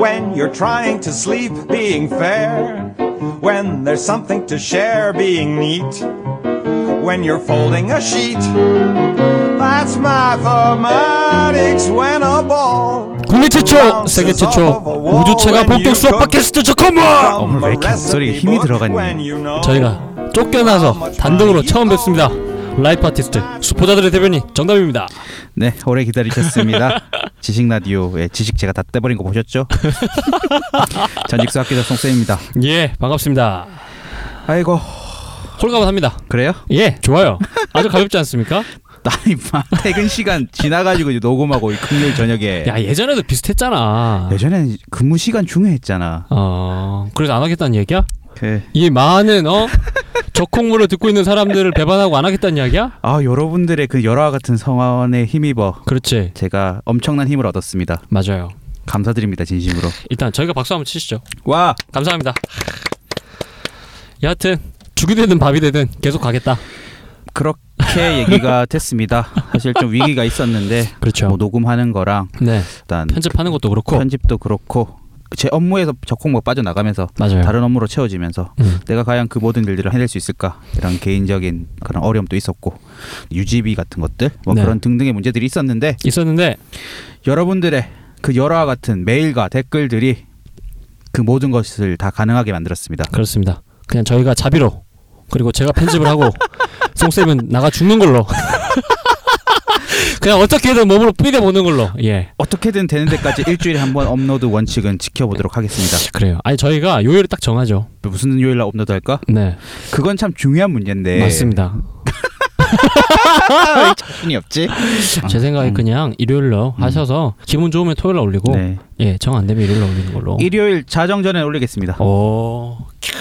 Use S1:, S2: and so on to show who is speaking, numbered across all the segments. S1: when you're trying to sleep, being fair. When there's something to share, being neat. When you're folding a sheet. That's mathematics when a ball.
S2: 국내 최초, 뭐, 세계 최초, 우주체가 본격 수업 팟캐스트 저컴마!
S3: 오늘 왜 이렇게 목소리에 힘이 들어갔니?
S2: 저희가 쫓겨나서 단독으로 처음 뵙습니다. 라이프 아티스트, 수포자들의 대변인 정답입니다.
S3: 네, 오래 기다리셨습니다. 지식 라디오의 지식 제가 다 떼버린 거 보셨죠? 전직수 학기자 송쌤입니다.
S2: 예, 반갑습니다.
S3: 아이고,
S2: 홀가분합니다.
S3: 그래요?
S2: 예, 좋아요. 아주 가볍지 않습니까?
S3: 나 임마 퇴근 시간 지나가지고 이제 녹음하고 이 금요일 저녁에
S2: 야, 예전에도 비슷했잖아.
S3: 예전에는 근무 시간 중요했잖아.
S2: 어, 그래서 안 하겠다는 얘기야?
S3: 그,
S2: 이 많은, 어? 적콩물을 듣고 있는 사람들을 배반하고 안 하겠다는 이야기야?
S3: 아 여러분들의 그 열화 같은 성원에 힘입어
S2: 그렇지.
S3: 제가 엄청난 힘을 얻었습니다.
S2: 맞아요.
S3: 감사드립니다, 진심으로.
S2: 일단 저희가 박수 한번 치시죠.
S3: 와,
S2: 감사합니다. 여하튼 죽이 되든 밥이 되든 계속 가겠다.
S3: 그렇게 얘기가 됐습니다. 사실 좀 위기가 있었는데
S2: 그렇죠.
S3: 뭐 녹음하는 거랑
S2: 네.
S3: 일단
S2: 편집하는 것도 그렇고
S3: 편집도 그렇고 제 업무에서 적콩목 빠져나가면서
S2: 맞아요.
S3: 다른 업무로 채워지면서
S2: 음.
S3: 내가 과연 그 모든 일들을 해낼 수 있을까 이런 개인적인 그런 어려움도 있었고 유지비 같은 것들 뭐
S2: 네.
S3: 그런 등등의 문제들이 있었는데
S2: 있었는데
S3: 여러분들의 그 열화와 같은 메일과 댓글들이 그 모든 것을 다 가능하게 만들었습니다.
S2: 그렇습니다. 그냥 저희가 자비로 그리고 제가 편집을 하고 송쌤은 나가 죽는 걸로. 그냥 어떻게든 몸으로 뿌리대 보는 걸로. 예.
S3: 어떻게든 되는 데까지 일주일에 한 번 업로드 원칙은 지켜보도록 하겠습니다.
S2: 그래요. 아니 저희가 요일을 딱 정하죠.
S3: 무슨 요일 날 업로드 할까?
S2: 네.
S3: 그건 참 중요한 문제인데
S2: 맞습니다.
S3: 왜 자신이 없지?
S2: 제 생각에
S3: 음.
S2: 그냥 일요일로
S3: 음.
S2: 하셔서 기분 좋으면 토요일에 올리고
S3: 네.
S2: 예, 정 안 되면 일요일에 올리는 걸로.
S3: 일요일 자정 전에 올리겠습니다. 어.
S2: 오, 캬.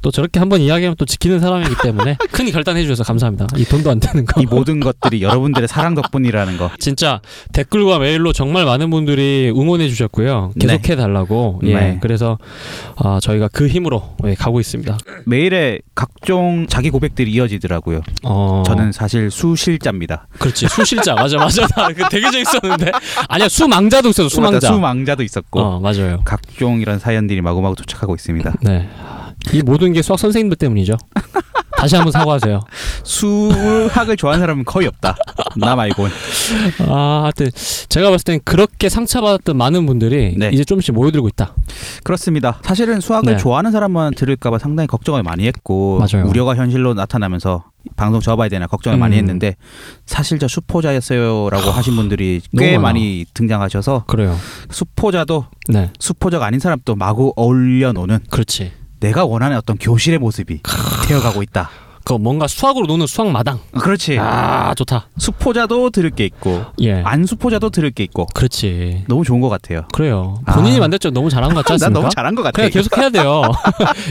S2: 또 저렇게 한번 이야기하면 또 지키는 사람이기 때문에 큰 결단해 주셔서 감사합니다. 이 돈도 안 되는 거.
S3: 이 모든 것들이 여러분들의 사랑 덕분이라는 거.
S2: 진짜 댓글과 메일로 정말 많은 분들이 응원해 주셨고요. 계속해 달라고. 예.
S3: 네.
S2: 그래서 아, 저희가 그 힘으로 예, 가고 있습니다.
S3: 메일에 각종 자기 고백들이 이어지더라고요.
S2: 어,
S3: 저는 사실 수실자입니다.
S2: 그렇지 수실자 맞아 맞아 나그 되게 재밌었는데 아니야 수망자도 있었어 수망자.
S3: 수망자도 있었고
S2: 어 맞아요.
S3: 각종 이런 사연들이 마구마구 도착하고 있습니다.
S2: 네. 이 모든 게 수학 선생님들 때문이죠. 다시 한번 사과하세요.
S3: 수학을 좋아하는 사람은 거의 없다. 나 말곤.
S2: 아, 하여튼 제가 봤을 땐 그렇게 상처받았던 많은 분들이
S3: 네.
S2: 이제 조금씩 모여들고 있다.
S3: 그렇습니다. 사실은 수학을
S2: 네.
S3: 좋아하는 사람만 들을까봐 상당히 걱정을 많이 했고
S2: 맞아요.
S3: 우려가 현실로 나타나면서 방송 접어야 되나 걱정을
S2: 음.
S3: 많이 했는데 사실 저 수포자였어요라고 하신 분들이
S2: 너무
S3: 꽤
S2: 많아.
S3: 많이 등장하셔서
S2: 그래요.
S3: 수포자도
S2: 네,
S3: 수포자가 아닌 사람도 마구 어울려 노는
S2: 그렇지.
S3: 내가 원하는 어떤 교실의 모습이 되어가고 있다.
S2: 그 뭔가 수학으로 노는 수학 마당.
S3: 아, 그렇지.
S2: 아, 좋다.
S3: 수포자도 들을 게 있고
S2: 예,
S3: 안 수포자도 들을 게 있고
S2: 그렇지.
S3: 너무 좋은 것 같아요.
S2: 그래요.
S3: 아.
S2: 본인이 만들죠. 너무 잘한 것 같지
S3: 난
S2: 않습니까?
S3: 너무 잘한 것 같아.
S2: 그냥 계속 해야 돼요.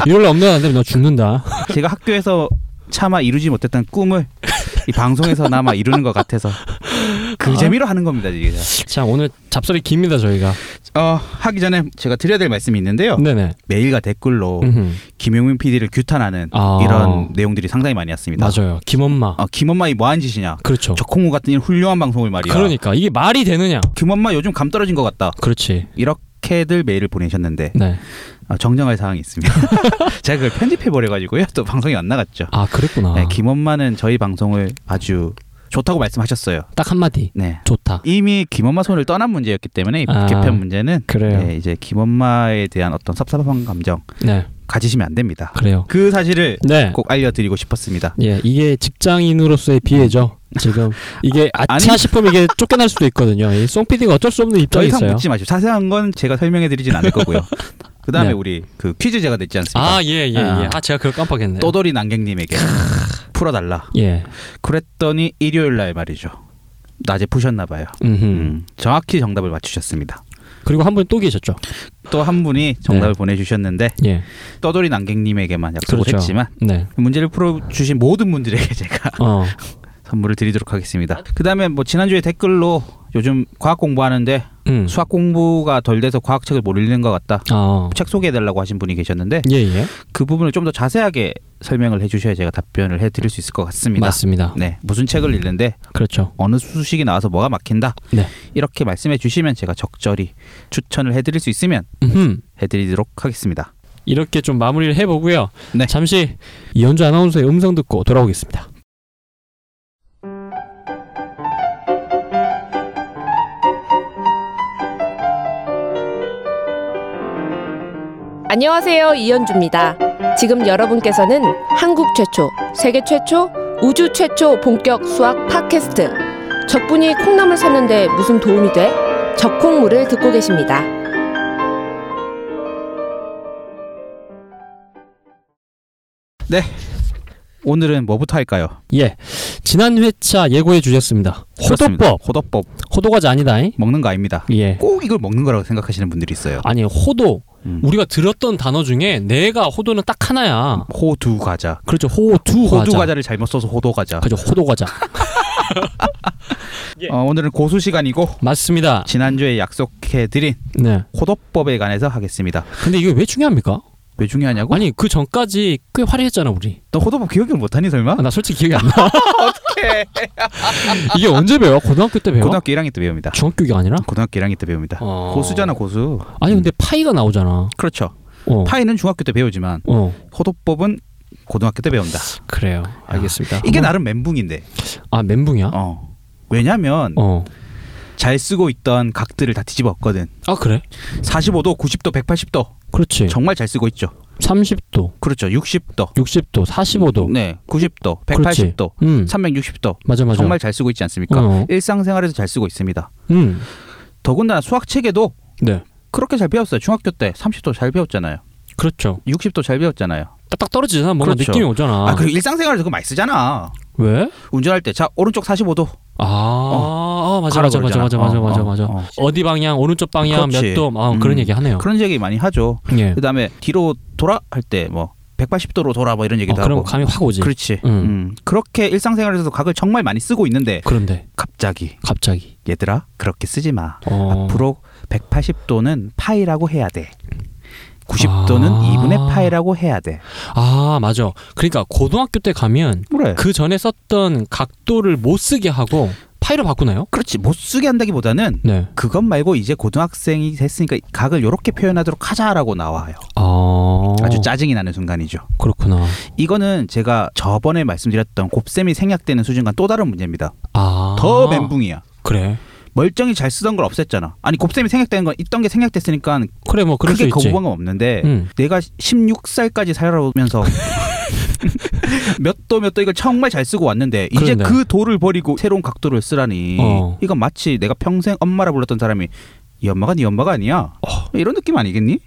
S2: 이럴 없는 안 되면 너 죽는다.
S3: 제가 학교에서 차마 이루지 못했던 꿈을 이 방송에서나마 이루는 것 같아서 그
S2: 아.
S3: 재미로 하는 겁니다. 이게.
S2: 자, 오늘 잡설이 깁니다 저희가.
S3: 어, 하기 전에 제가 드려야 될 말씀이 있는데요.
S2: 네네.
S3: 메일과 댓글로
S2: 음흠.
S3: 김용민 PD를 규탄하는
S2: 아.
S3: 뭐 이런 내용들이 상당히 많이 왔습니다.
S2: 맞아요. 김엄마.
S3: 어, 김엄마이 뭐한 짓이냐?
S2: 그렇죠.
S3: 적콩우 같은 이런 훌륭한 방송을 말이야.
S2: 그러니까 이게 말이 되느냐?
S3: 김엄마 요즘 감 떨어진 것 같다.
S2: 그렇지.
S3: 이렇게들 메일을 보내셨는데
S2: 네.
S3: 어, 정정할 사항이 있습니다. 제가 그걸 편집해 버려 가지고요. 또 방송이 안 나갔죠.
S2: 아, 그랬구나.
S3: 네, 김엄마는 저희 방송을 아주 좋다고 말씀하셨어요.
S2: 딱 한마디.
S3: 네.
S2: 좋다.
S3: 이미 김엄마 손을 떠난 문제였기 때문에 이
S2: 아,
S3: 개편 문제는
S2: 그래요.
S3: 네, 이제 김엄마에 대한 어떤 섭섭한 감정
S2: 네,
S3: 가지시면 안 됩니다.
S2: 그래요.
S3: 그 사실을
S2: 네.
S3: 꼭 알려드리고 싶었습니다.
S2: 예, 이게 직장인으로서의 피해죠. 지금 이게 아차
S3: 아니.
S2: 싶으면 이게 쫓겨날 수도 있거든요. 이송 PD가 어쩔 수 없는
S3: 더
S2: 입장이
S3: 이상
S2: 있어요.
S3: 묻지 마시고 자세한 건 제가 설명해드리진 않을 거고요. 그 다음에
S2: 네.
S3: 우리 그 퀴즈 제가 냈지 않습니까?
S2: 아, 예, 예, 예. 아, 제가 그걸 깜빡했네요.
S3: 또돌이 난객님에게 풀어달라.
S2: 예.
S3: 그랬더니 일요일 날 말이죠. 낮에 푸셨나 봐요.
S2: 음.
S3: 음, 정확히 정답을 맞추셨습니다.
S2: 그리고 한 분 또 계셨죠.
S3: 또 한 분이 정답을
S2: 네.
S3: 보내주셨는데
S2: 예.
S3: 떠돌이 난객님에게만 약속을
S2: 그렇죠.
S3: 했지만
S2: 네.
S3: 문제를 풀어주신 모든 분들에게 제가
S2: 어.
S3: 선물을 드리도록 하겠습니다. 그다음에 뭐 지난주에 댓글로 요즘 과학 공부하는데
S2: 음.
S3: 수학 공부가 덜 돼서 과학책을 못 읽는 것 같다.
S2: 아.
S3: 책 소개해달라고 하신 분이 계셨는데
S2: 예, 예.
S3: 그 부분을 좀 더 자세하게 설명을 해주셔야 제가 답변을 해드릴 수 있을 것 같습니다.
S2: 맞습니다.
S3: 네, 무슨 책을 읽는데
S2: 그렇죠.
S3: 어느 수식이 나와서 뭐가 막힌다
S2: 네.
S3: 이렇게 말씀해 주시면 제가 적절히 추천을 해드릴 수 있으면
S2: 음.
S3: 해드리도록 하겠습니다.
S2: 이렇게 좀 마무리를 해 보고요.
S3: 네.
S2: 잠시 이현주 아나운서의 음성 듣고 돌아오겠습니다.
S4: 안녕하세요. 이현주입니다. 지금 여러분께서는 한국 최초, 세계 최초, 우주 최초 본격 수학 팟캐스트. 적분이 콩나물 샀는데 무슨 도움이 돼? 적콩물을 듣고 계십니다.
S3: 오늘은 뭐부터 할까요?
S2: 예. 지난 회차 예고해 주셨습니다.
S3: 그렇습니다.
S2: 호도법.
S3: 호도법
S2: 호도과자 아니다. 잉?
S3: 먹는 거 아닙니다.
S2: 예.
S3: 꼭 이걸 먹는 거라고 생각하시는 분들이 있어요.
S2: 아니, 호도.
S3: 음.
S2: 우리가 들었던 단어 중에 내가 호도는 딱 하나야.
S3: 호두 과자.
S2: 그렇죠. 호두
S3: 호두
S2: 과자.
S3: 과자를 잘못 써서 호도 과자.
S2: 그죠. 호도 과자.
S3: 어, 오늘은 고수 시간이고
S2: 맞습니다.
S3: 지난주에 약속해드린
S2: 네.
S3: 호도법에 관해서 하겠습니다.
S2: 근데 이게 왜 중요합니까?
S3: 왜 중요하냐고?
S2: 아니, 그 전까지 꽤 화려했잖아, 우리.
S3: 너 호도법 기억을 못하니 설마?
S2: 아, 나 솔직히 기억이 안 나. 이게 언제 배워? 고등학교 때 배워?
S3: 고등학교 1학년 때 배웁니다.
S2: 중학교가 아니라?
S3: 고등학교 1학년 때 배웁니다.
S2: 어.
S3: 고수잖아 고수.
S2: 아니, 근데 파이가 나오잖아.
S3: 그렇죠.
S2: 어.
S3: 파이는 중학교 때 배우지만
S2: 어.
S3: 호도법은 고등학교 때 배운다.
S2: 그래요. 알겠습니다.
S3: 이게
S2: 한번-
S3: 나름 멘붕인데.
S2: 아, 멘붕이야?
S3: 어. 왜냐면
S2: 어.
S3: 잘 쓰고 있던 각들을 다 뒤집었거든.
S2: 아, 그래?
S3: 45도, 90도, 180도
S2: 그렇지.
S3: 정말 잘 쓰고 있죠.
S2: 30도,
S3: 그렇죠. 60도,
S2: 60도, 45도.
S3: 네, 90도,
S2: 그렇지.
S3: 180도,
S2: 음.
S3: 360도
S2: 맞아 맞아.
S3: 정말 잘 쓰고 있지 않습니까?
S2: 어.
S3: 일상생활에서 잘 쓰고 있습니다.
S2: 음.
S3: 더군다나 수학책에도
S2: 네.
S3: 그렇게 잘 배웠어요. 중학교 때 30도 잘 배웠잖아요.
S2: 그렇죠.
S3: 60도 잘 배웠잖아요.
S2: 딱딱 떨어지잖아. 뭔가
S3: 그렇죠.
S2: 느낌이 오잖아.
S3: 아, 그리고 일상생활에서 그거 많이 쓰잖아.
S2: 왜?
S3: 운전할 때 자 오른쪽 45도
S2: 아, 아 맞아
S3: 가라
S2: 맞아 맞아
S3: 그러잖아.
S2: 맞아
S3: 어,
S2: 맞아 맞아
S3: 어,
S2: 맞아.
S3: 어.
S2: 어디 방향, 오른쪽 방향,
S3: 그렇지.
S2: 몇 도, 아
S3: 음.
S2: 그런 얘기 하네요.
S3: 그런 얘기 많이 하죠.
S2: 예.
S3: 그다음에 뒤로 돌아 할 때 뭐 180도로 돌아 뭐 이런
S2: 어,
S3: 얘기도
S2: 그럼
S3: 하고.
S2: 감이 확 오지.
S3: 그렇지.
S2: 음.
S3: 음. 그렇게 일상생활에서도 각을 정말 많이 쓰고 있는데
S2: 그런데
S3: 갑자기
S2: 갑자기.
S3: 얘들아 그렇게 쓰지 마.
S2: 어.
S3: 앞으로 180도는 파이라고 해야 돼. 90도는
S2: 아.
S3: 2분의 파이라고 해야 돼.
S2: 아 맞아. 그러니까 고등학교 때 가면
S3: 그래.
S2: 그 전에 썼던 각도를 못 쓰게 하고 파일을 바꾸나요?
S3: 그렇지. 못 쓰게 한다기보다는
S2: 네.
S3: 그것 말고 이제 고등학생이 됐으니까 각을 요렇게 표현하도록 하자라고 나와요.
S2: 아
S3: 아주 짜증이 나는 순간이죠.
S2: 그렇구나.
S3: 이거는 제가 저번에 말씀드렸던 곱셈이 생략되는 수준과 또 다른 문제입니다.
S2: 아.
S3: 더 멘붕이야.
S2: 그래.
S3: 멀쩡히 잘 쓰던 걸 없앴잖아. 아니 곱셈이 생략되는 건 있던 게 생략됐으니까
S2: 그래 뭐 그럴
S3: 크게
S2: 수 있지.
S3: 거부감 없는데
S2: 음.
S3: 내가 16살까지 살아오면서 몇 도 몇 도 이걸 정말 잘 쓰고 왔는데 이제
S2: 그러네.
S3: 그 도를 버리고 새로운 각도를 쓰라니
S2: 어.
S3: 이건 마치 내가 평생 엄마라 불렀던 사람이 이 엄마가 네 엄마가 아니야
S2: 어.
S3: 이런 느낌 아니겠니?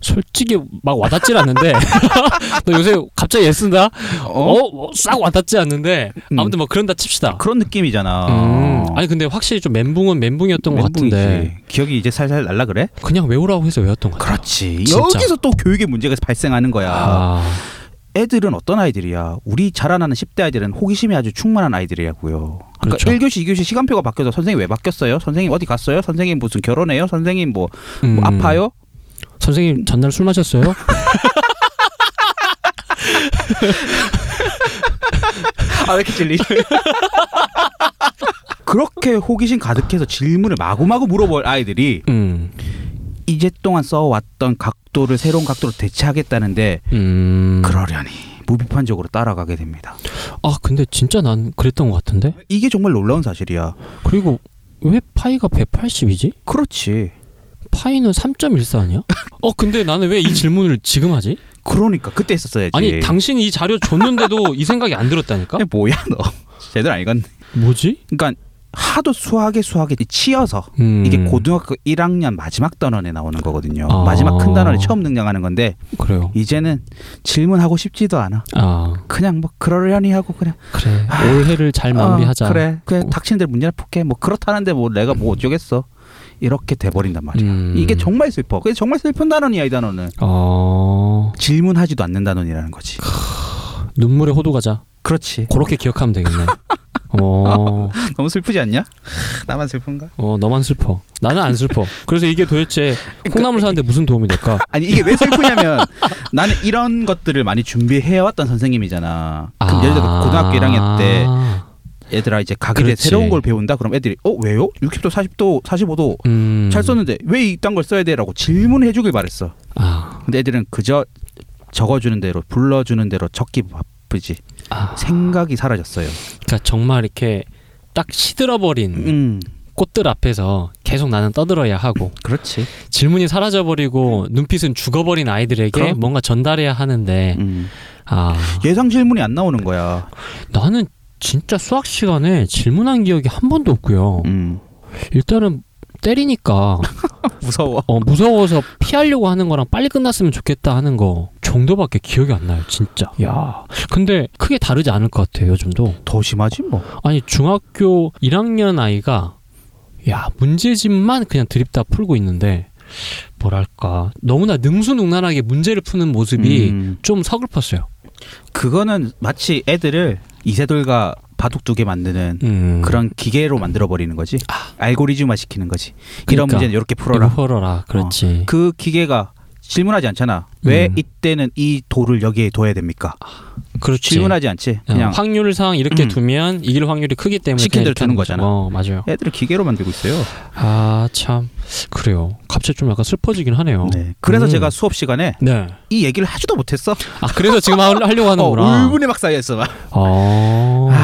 S2: 솔직히 막 와닿질 않는데 너 요새 갑자기 예 애쓴다?
S3: 어?
S2: 어싹 와닿지 않는데
S3: 음.
S2: 아무튼 뭐 그런다 칩시다.
S3: 그런 느낌이잖아.
S2: 음. 아니 근데 확실히 좀 멘붕은 멘붕이었던 것
S3: 멘붕이지.
S2: 같은데
S3: 기억이 이제 살살 날라 그래?
S2: 그냥 외우라고 해서 외웠던 것 같아요.
S3: 그렇지.
S2: 진짜.
S3: 여기서 또 교육의 문제가 발생하는 거야.
S2: 아,
S3: 애들은 어떤 아이들이야? 우리 자라나는 10대 아이들은 호기심이 아주 충만한 아이들이라고요. 그러니까
S2: 그렇죠.
S3: 1교시, 2교시 시간표가 바뀌어서 선생님 왜 바뀌었어요? 선생님 어디 갔어요? 선생님 무슨 결혼해요? 선생님 뭐,
S2: 음.
S3: 뭐 아파요?
S2: 선생님 전날 술 마셨어요?
S3: 아 왜 이렇게 질리지? 그렇게 호기심 가득해서 질문을 마구마구 물어볼 아이들이
S2: 음,
S3: 이제 동안 써왔던 각도를 새로운 각도로 대체하겠다는데
S2: 음.
S3: 그러려니 무비판적으로 따라가게 됩니다.
S2: 아 근데 진짜 난 그랬던 것 같은데.
S3: 이게 정말 놀라운 사실이야.
S2: 그리고 왜 파이가 180이지?
S3: 그렇지.
S2: 파이는 3.14 아니야? 어 근데 나는 왜 이 질문을 지금 하지?
S3: 그러니까 그때 했었어야지.
S2: 아니 당신이 이 자료 줬는데도 이 생각이 안 들었다니까?
S3: 야, 네, 뭐야 너. 제대로 아니건.
S2: 뭐지?
S3: 그러니까 하도 수학에 수학에 치여서
S2: 음,
S3: 이게 고등학교 1학년 마지막 단원에 나오는 거거든요.
S2: 아.
S3: 마지막 큰 단원에 처음 등장하는 건데
S2: 그래요.
S3: 이제는 질문하고 싶지도 않아.
S2: 아
S3: 그냥 뭐 그러려니 하고 그냥
S2: 그래 올해를 잘 마무리하자.
S3: 어, 그래. 그냥 닥치는 대로 문제나 풀게. 뭐 그렇다는데 뭐 내가 뭐 어쩌겠어. 이렇게 돼 버린단 말이야.
S2: 음.
S3: 이게 정말 슬퍼. 그게 정말 슬픈 단원이야, 이 단원은.
S2: 어
S3: 질문하지도 않는 단원이라는 거지.
S2: 눈물의 호두 과자.
S3: 그렇지.
S2: 그렇게 기억하면 되겠네. 어,
S3: 너무 슬프지 않냐? 나만 슬픈가?
S2: 어, 너만 슬퍼. 나는 안 슬퍼. 그래서 이게 도대체
S3: 그러니까
S2: 콩나물 사는데 무슨 도움이 될까?
S3: 아니 이게 왜 슬프냐면 나는 이런 것들을 많이 준비해왔던 선생님이잖아. 그럼 예를 들어 고등학교 1학년 때 얘들아 이제 가게 돼
S2: 그렇지.
S3: 새로운 걸 배운다. 그럼 애들이 어 왜요? 60도, 40도, 45도
S2: 음,
S3: 잘 썼는데 왜 이딴 걸 써야 돼라고 질문해주길 바랬어.
S2: 아,
S3: 근데 애들은 그저 적어주는 대로 불러주는 대로 적기 바쁘지.
S2: 아,
S3: 생각이 사라졌어요.
S2: 그러니까 정말 이렇게 딱 시들어버린
S3: 음
S2: 꽃들 앞에서 계속 나는 떠들어야 하고
S3: 그렇지.
S2: 질문이 사라져버리고 눈빛은 죽어버린 아이들에게
S3: 음. 그럼.
S2: 뭔가 전달해야 하는데
S3: 음.
S2: 아
S3: 예상 질문이 안 나오는 거야.
S2: 나는 진짜 수학 시간에 질문한 기억이 한 번도 없고요.
S3: 음.
S2: 일단은 때리니까
S3: 무서워.
S2: 어, 무서워서 피하려고 하는 거랑 빨리 끝났으면 좋겠다 하는 거 정도밖에 기억이 안 나요, 진짜. 야, 근데 크게 다르지 않을 것 같아요, 요즘도.
S3: 더 심하지 뭐.
S2: 아니 중학교 1학년 아이가 야 문제집만 그냥 드립다 풀고 있는데 뭐랄까 너무나 능수능란하게 문제를 푸는 모습이
S3: 음.
S2: 좀 서글펐어요.
S3: 그거는 마치 애들을 이세돌과 바둑 두 개 만드는
S2: 음. 아.
S3: 그런 기계로 만들어 버리는 거지. 알고리즘화 시키는 거지. 이런
S2: 그러니까.
S3: 문제는 이렇게
S2: 풀어라.
S3: 풀어라.
S2: 풀어라. 그렇지.
S3: 그 기계가 질문하지 않잖아. 왜
S2: 음. 아,
S3: 이때는 이 돌을 여기에 둬야 됩니까?
S2: 그렇지.
S3: 질문하지 않지.
S2: 어,
S3: 그냥
S2: 확률상 이렇게
S3: 음.
S2: 두면 이길 확률이 크기 때문에
S3: 시킨
S2: 그냥
S3: 대로 두는
S2: 이렇게 하는
S3: 거잖아.
S2: 거죠. 어, 맞아요.
S3: 애들을 기계로 만들고 있어요.
S2: 아, 참. 그래요. 갑자기 좀 약간 슬퍼지긴 하네요. 네.
S3: 네. 그래서
S2: 음.
S3: 제가 수업 시간에 이 얘기를 하지도 못했어.
S2: 아, 그래서 지금 하- 하려고 하는
S3: 어,
S2: 거구나.
S3: 울분의 아. 막사였어. 막.
S2: 어. 네.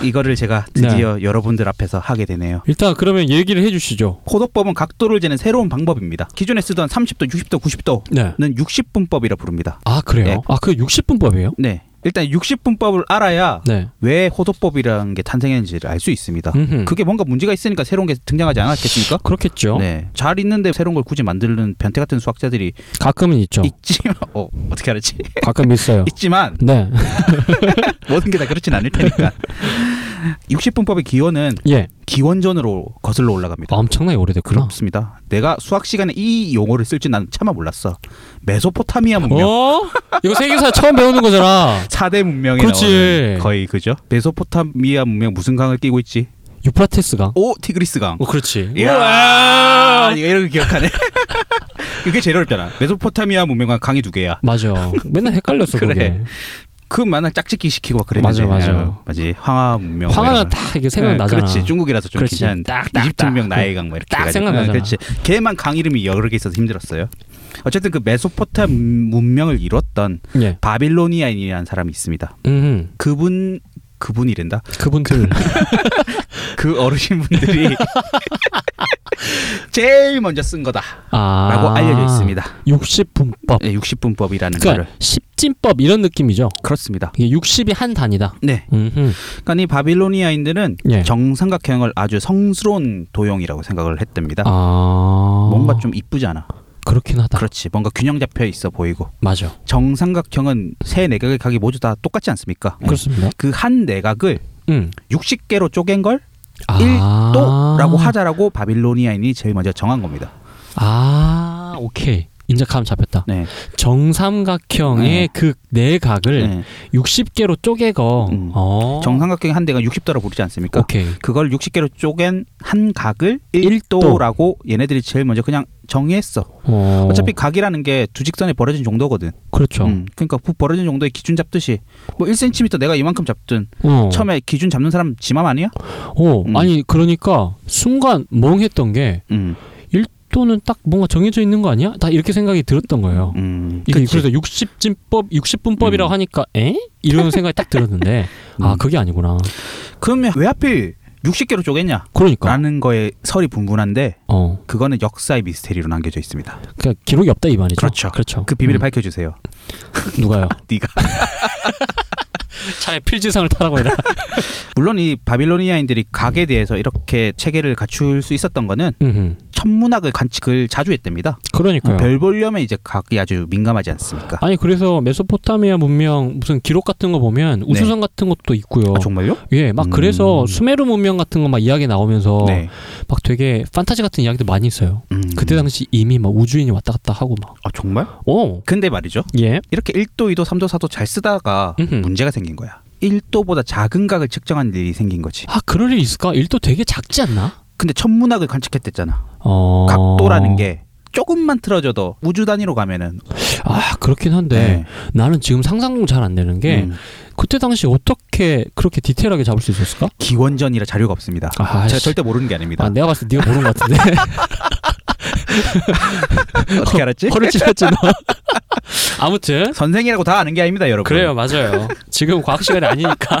S3: 이거를 제가 드디어 여러분들 앞에서 하게 되네요.
S2: 일단 그러면 얘기를 해 주시죠.
S3: 고독법은 각도를 재는 새로운 방법입니다. 기존에 쓰던 30도, 60도, 90도는
S2: 네.
S3: 60분법이라 부릅니다.
S2: 아 그래요?
S3: 네.
S2: 아 그 60분법이에요?
S3: 네. 일단 60분법을 알아야
S2: 네.
S3: 왜 호도법이라는 게 탄생했는지를 알 수 있습니다.
S2: 음흠.
S3: 아, 그게 뭔가 문제가 있으니까 새로운 게 등장하지 않았겠습니까?
S2: 그렇겠죠.
S3: 네. 잘 있는데 새로운 걸 굳이 만드는 변태 같은 수학자들이
S2: 가끔은 있죠.
S3: 있지만 어, 어떻게 알았지?
S2: 가끔 있어요.
S3: 있지만
S2: 네.
S3: 모든 게 다 그렇진 않을 테니까. 60분법의 기원은
S2: 예.
S3: 기원전으로 거슬러 올라갑니다.
S2: 엄청나게
S3: 아.
S2: 오래됐구나.
S3: 그렇습니다. 내가 수학 시간에 이 용어를 쓸지 난 차마 몰랐어. 메소포타미아 문명.
S2: 어? 이거 세계사 처음 배우는 거잖아.
S3: 사 4대 문명에
S2: 그렇지.
S3: 나오는 거의 그죠? 메소포타미아 문명 무슨 강을 끼고 있지?
S2: 유프라테스강.
S3: 오 티그리스 강. 아,
S2: 어, 그렇지.
S3: 이야, 이거 이렇게 기억하네. 그게 제일 어렵잖아. 메소포타미아 문명과 강이 두 개야.
S2: 맞아. 맨날 헷갈렸어
S3: 그래.
S2: 그게.
S3: 그 만화 짝짓기 시키고 막 그랬는데.
S2: 맞아, 맞아.
S3: 어, 맞지. 황하 문명. 뭐
S2: 화가
S3: 이런 거.
S2: 다 이게 생각나잖아.
S3: 그렇지. 중국이라서 좀
S2: 그렇지.
S3: 괜찮은.
S2: 딱, 딱,
S3: 이집트 문명
S2: 딱.
S3: 나해강 뭐 이렇게.
S2: 딱
S3: 해가지고.
S2: 생각나잖아.
S3: 어, 그렇지. 걔만 강 이름이 여러 개 있어서 힘들었어요. 어쨌든 그 메소포타 문명을 이뤘던
S2: 예.
S3: 바빌로니아인이라는 사람이 있습니다.
S2: 음.
S3: 그분 그분이란다.
S2: 그분들.
S3: 그 어르신분들이 제일 먼저 쓴 거다라고
S2: 아.
S3: 알려져 있습니다.
S2: 60분법.
S3: 네, 60분법이라는 거를
S2: 그러니까 십진법 이런 느낌이죠.
S3: 그렇습니다.
S2: 이게 60이 한 단위다.
S3: 네,
S2: 음.
S3: 그러니까 이 바빌로니아인들은
S2: 예.
S3: 정삼각형을 아주 성스러운 도형이라고 생각을 했답니다.
S2: 아.
S3: 뭔가 좀 이쁘지 않아.
S2: 그렇긴 하다.
S3: 그렇지, 뭔가 균형 잡혀 있어 보이고
S2: 맞아.
S3: 정삼각형은 세 내각의 각이 모두 다 똑같지 않습니까?
S2: 네. 그렇습니다.
S3: 그 한 내각을
S2: 음.
S3: 60개로 쪼갠 걸
S2: 아.
S3: 또라고 하자라고 바빌로니아인이 제일 먼저 정한 겁니다.
S2: 아, 오케이. 이제 감 잡혔다.
S3: 네.
S2: 정삼각형의 그 네 각을
S3: 네.
S2: 60개로 쪼개고
S3: 음.
S2: 어.
S3: 정삼각형 한 대가 60도라고 부르지 않습니까?
S2: 오케이.
S3: 그걸 60개로 쪼갠 한 각을
S2: 일도.
S3: 1도라고 얘네들이 제일 먼저 그냥 정의했어.
S2: 어.
S3: 어차피 각이라는 게 두직선에 벌어진 정도거든.
S2: 그렇죠.
S3: 음, 그러니까 그 벌어진 정도의 기준 잡듯이 뭐 1cm 내가 이만큼 잡든
S2: 어.
S3: 처음에 기준 잡는 사람 지맘 아니야?
S2: 어,
S3: 음.
S2: 아니 그러니까 순간 멍했던 게
S3: 음,
S2: 또는 딱 뭔가 정해져 있는 거 아니야? 다 이렇게 생각이 들었던 거예요.
S3: 음,
S2: 이게
S3: 그치.
S2: 그래서 60진법, 60분법이라고
S3: 음.
S2: 하니까 에? 이런 생각이 딱 들었는데 아,
S3: 음.
S2: 그게 아니구나.
S3: 그러면 왜 하필 60개로 쪼갰냐?
S2: 그러니까.
S3: 라는 거에 설이 분분한데
S2: 어.
S3: 그거는 역사의 미스테리로 남겨져 있습니다.
S2: 그러니까 기록이 없다 이 말이죠.
S3: 그렇죠.
S2: 그렇죠.
S3: 그 비밀을
S2: 음,
S3: 밝혀주세요.
S2: 누가요?
S3: 네가
S2: 차라리 필지상을 타라고 해라.
S3: 물론 이 바빌로니아인들이 각에 대해서 이렇게 체계를 갖출 수 있었던 거는
S2: 음흠.
S3: 천문학을 관측을 자주 했답니다.
S2: 그러니까요.
S3: 음, 별 볼륨에 이제 각이 아주 민감하지 않습니까?
S2: 어. 아니 그래서 메소포타미아 문명 무슨 기록 같은 거 보면 우수성 같은 것도 있고요.
S3: 네. 아, 정말요?
S2: 예, 막
S3: 음.
S2: 그래서 수메르 문명 같은 거 막 이야기 나오면서
S3: 네.
S2: 막 되게 판타지 같은 이야기도 많이 있어요.
S3: 음.
S2: 어. 그때 당시 이미 막 우주인이 왔다 갔다 하고 막.
S3: 아 정말?
S2: 오.
S3: 근데 말이죠.
S2: 예.
S3: 이렇게 1도, 2도, 3도, 4도 잘 쓰다가
S2: 음흠.
S3: 문제가 생긴 거야. 1도보다 작은 각을 측정한 일이 생긴 거지.
S2: 아 그럴 일 있을까? 일도 되게 작지 않나?
S3: 근데 천문학을 관측했댔잖아.
S2: 어...
S3: 각도라는 게 조금만 틀어져도 우주 단위로 가면은
S2: 아 그렇긴 한데 나는 지금 상상도 잘 안 되는 게
S3: 네. 음.
S2: 그때 당시 어떻게 그렇게 디테일하게 잡을 수 있었을까?
S3: 기원전이라 자료가 없습니다.
S2: 아,
S3: 제가
S2: 씨.
S3: 절대 모르는 게 아닙니다.
S2: 아 내가 봤을 때 네가 모르는 것 같은데
S3: 어떻게 알았지?
S2: 허를 찔렀지 너. 아무튼
S3: 선생이라고 다 아는 게 아닙니다, 여러분.
S2: 그래요 맞아요. 지금 과학 시간이 아니니까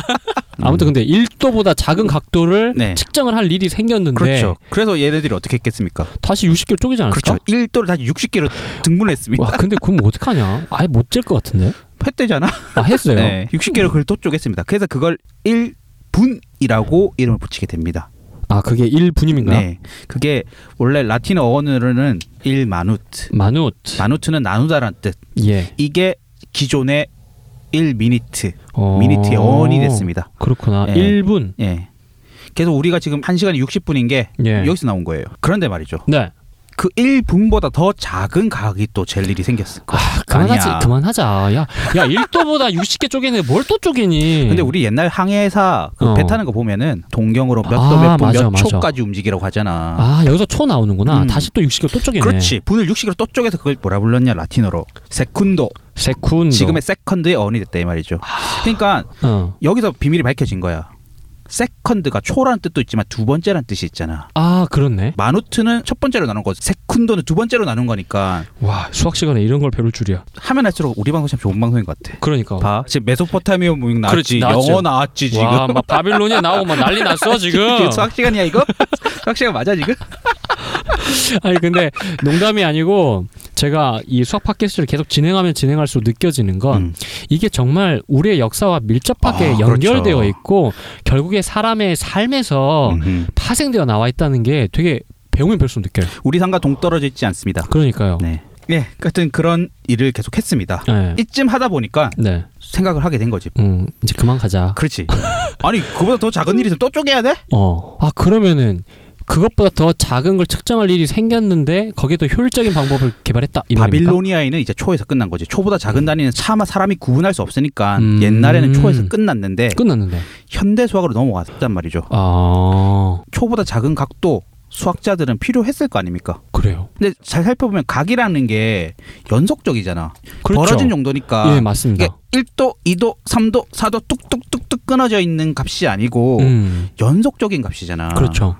S2: 아무튼 근데 1도보다 작은 각도를
S3: 음. 네.
S2: 측정을 할 일이 생겼는데
S3: 그렇죠. 그래서 얘네들이 어떻게 했겠습니까?
S2: 다시 60개로 쪼개지 않았을까?
S3: 그렇죠. 1도를 다시 60개로 등분을 했습니다.
S2: 아, 어? 와 근데 그럼 어떡하냐? 아예 못 잴 것 같은데?
S3: 했대잖아.
S2: 아 했어요. 음.
S3: 네. 60개로 그걸 또 쪼갰습니다. 그래서 그걸 1분이라고 이름을 붙이게 됩니다.
S2: 아 네. 그게 1분임인가? 요
S3: 네. 그게 원래 라틴어 어원으로는 1마누트.
S2: 마누트.
S3: 마누트는 나누다라는 뜻.
S2: 예.
S3: 이게 기존의 1미니트,
S2: 어...
S3: 미니트의 어원이 됐습니다.
S2: 그렇구나.
S3: 예.
S2: 1분.
S3: 예. 그래서 우리가 지금 1시간 60분인 게
S2: 예.
S3: 여기서 나온 거예요. 그런데 말이죠.
S2: 네.
S3: 그 1분보다 더 작은 각이 또 젤 일이 생겼어.
S2: 아, 그만하지.
S3: 아니야.
S2: 그만하자. 야, 야 1도보다 60개 쪼개네. 뭘 또 쪼개니?
S3: 근데 우리 옛날 항해사 그
S2: 예. 어.
S3: 배 타는 거 보면은 동경으로 몇
S2: 아,
S3: 도 몇 분
S2: 맞아,
S3: 몇
S2: 맞아.
S3: 초까지 움직이라고 하잖아.
S2: 아, 여기서 초 나오는구나.
S3: 음.
S2: 다시 또 60개 또 쪼개네.
S3: 그렇지. 분을 60으로 또 쪼개서 그걸 뭐라 불렀냐 라틴어로 세쿤도.
S2: 세쿤도. 아.
S3: 지금의 세컨드의 어원이 됐다 이 말이죠. 그러니까
S2: 어.
S3: 여기서 비밀이 밝혀진 거야. 세컨드가 초라는 뜻도 있지만 두 번째라는 뜻이 있잖아.
S2: 아, 그렇네.
S3: 마누트는 첫 번째로 나눈 거고 세컨드는 두 번째로 나눈 거니까
S2: 와, 수학 시간에 이런 걸 배울 줄이야.
S3: 하면 할수록 우리 방송 참 좋은 방송인 것 같아.
S2: 그러니까.
S3: 봐. 지금 메소포타미아 문명
S2: 그렇지,
S3: 나왔지.
S2: 나왔죠.
S3: 영어 나왔지 지금.
S2: 와, 막 바빌로니아 나오고 막 난리 났어, 지금.
S3: 이게 수학 시간이야 이거? 수학 시간 맞아 지금?
S2: 아니 근데 농담이 아니고 제가 이 수학 팟캐스트를 계속 진행하면 진행할수록 느껴지는 건
S3: 음.
S2: 이게 정말 우리의 역사와 밀접하게
S3: 아,
S2: 연결되어
S3: 그렇죠.
S2: 있고 결국에 사람의 삶에서
S3: 음흠.
S2: 파생되어 나와 있다는 게 되게 배우면 배울수록 느껴요.
S3: 우리 상과 동떨어져 있지 않습니다.
S2: 그러니까요.
S3: 네. 예, 하여튼 그런 일을 계속 했습니다.
S2: 네.
S3: 이쯤 하다 보니까
S2: 네.
S3: 생각을 하게 된 거지.
S2: 음, 이제 그만 가자.
S3: 그렇지. 아니 그보다 더 작은 일이 있으면 또 쪼개야 돼?
S2: 어. 아, 그러면은 그것보다 더 작은 걸 측정할 일이 생겼는데 거기에 더 효율적인 방법을 개발했다. 이 말입니까?
S3: 바빌로니아에는 이제 초에서 끝난 거지. 초보다 작은 단위는 차마 사람이 구분할 수 없으니까
S2: 음. 그
S3: 옛날에는 초에서 끝났는데
S2: 끝났는데.
S3: 현대 수학으로 넘어갔단 말이죠.
S2: 아,
S3: 초보다 작은 각도 수학자들은 필요했을 거 아닙니까?
S2: 그래요.
S3: 근데 잘 살펴보면 각이라는 게 연속적이잖아.
S2: 그렇죠.
S3: 벌어진 정도니까
S2: 예, 맞습니다.
S3: 이게 1도, 2도, 3도, 4도 뚝뚝뚝뚝 끊어져 있는 값이 아니고
S2: 음.
S3: 연속적인 값이잖아.
S2: 그렇죠.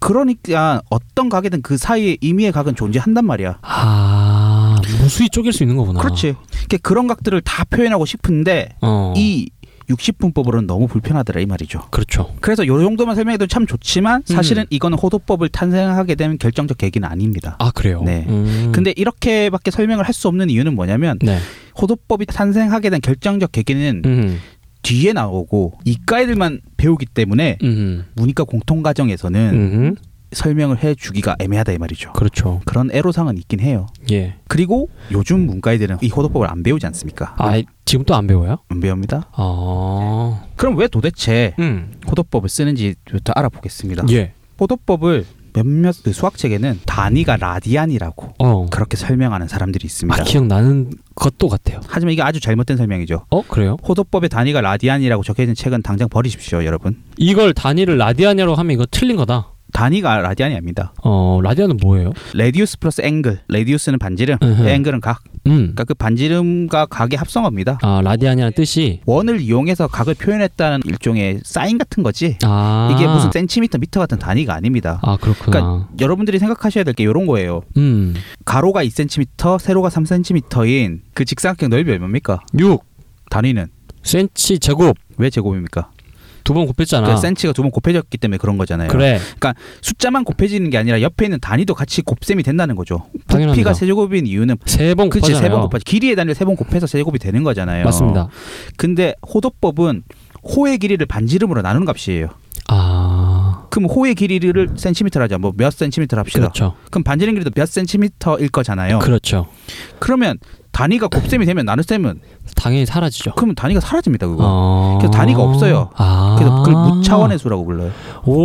S3: 그러니까 어떤 각이든 그 사이에 임의의 각은 존재한단 말이야.
S2: 아 무수히 쪼갤 수 있는 거구나.
S3: 그렇지. 그러니까 그런 각들을 다 표현하고 싶은데
S2: 어.
S3: 이 60분법으로는 너무 불편하더라 이 말이죠.
S2: 그렇죠.
S3: 그래서 요 정도만 설명해도 참 좋지만 사실은
S2: 음.
S3: 이건 호도법을 탄생하게 된 결정적 계기는 아닙니다.
S2: 아 그래요.
S3: 네.
S2: 음.
S3: 근데 이렇게밖에 설명을 할 수 없는 이유는 뭐냐면
S2: 네.
S3: 호도법이 탄생하게 된 결정적 계기는
S2: 음.
S3: 뒤에 나오고 이과애들만 배우기 때문에
S2: 음.
S3: 문이과 공통 과정에서는
S2: 음.
S3: 설명을 해 주기가 애매하다 이 말이죠.
S2: 그렇죠.
S3: 그런 애로사항은 있긴 해요.
S2: 예.
S3: 그리고 요즘 문과애들은 이 호도법을 안 배우지 않습니까?
S2: 음. 아 지금 또 안 배워요?
S3: 안 배웁니다.
S2: 아.
S3: 그럼 왜 도대체
S2: 음.
S3: 호도법을 쓰는지부터 알아보겠습니다.
S2: 예.
S3: 호도법을 몇몇 그 수학책에는 단위가 라디안이라고
S2: 어.
S3: 그렇게 설명하는 사람들이 있습니다.
S2: 아 기억 나는 것도 같아요.
S3: 하지만 이게 아주 잘못된 설명이죠.
S2: 어 그래요?
S3: 호도법의 단위가 라디안이라고 적혀진 책은 당장 버리십시오, 여러분.
S2: 이걸 단위를 라디안이라고 하면 이거 틀린 거다.
S3: 단위가 라디안이 아닙니다.
S2: 어 라디안은 뭐예요?
S3: 레디우스 플러스 앵글. 레디우스는 반지름,
S2: 으흠.
S3: 앵글은 각.
S2: 음.
S3: 그러니까 그 반지름과 각의 합성어입니다.
S2: 아 라디안이라는 뜻이
S3: 원을 이용해서 각을 표현했다는 일종의 사인 같은 거지.
S2: 아
S3: 이게 무슨 센티미터, 미터 같은 단위가 아닙니다.
S2: 아 그렇구나.
S3: 그러니까 여러분들이 생각하셔야 될 게 이런 거예요.
S2: 음.
S3: 가로가 2cm, 세로가 3cm인 그 직사각형 넓이 얼마입니까?
S2: 6
S3: 단위는
S2: 센치 제곱
S3: 왜 제곱입니까?
S2: 두 번 곱했잖아.
S3: 그 센치가 두 번 곱해졌기 때문에 그런 거잖아요.
S2: 그래.
S3: 숫자만 곱해지는 게 아니라 옆에 있는 단위도 같이 곱셈이 된다는 거죠.
S2: 당연합니다.
S3: 부피가 세제곱인 이유는
S2: 세번
S3: 그치
S2: 곱하잖아요.
S3: 세번 곱하지 길이의 단위를 세 번 곱해서 세제곱이 되는 거잖아요.
S2: 맞습니다.
S3: 근데 호도법은 호의 길이를 반지름으로 나누는 값이에요.
S2: 아
S3: 그럼 호의 길이를 센티미터로 하자. 뭐 몇 센티미터 합시다.
S2: 그렇죠.
S3: 그럼 반지름 길이도 몇 센티미터일 거잖아요.
S2: 그렇죠.
S3: 그... 러면 단위가 곱셈이 되면 나눗셈은
S2: 당연히 사라지죠.
S3: 그러면 단위가 사라집니다. 그거.
S2: 어...
S3: 그래서 단위가 없어요.
S2: 아.
S3: 그래서 그걸 무차원의 수라고 불러요.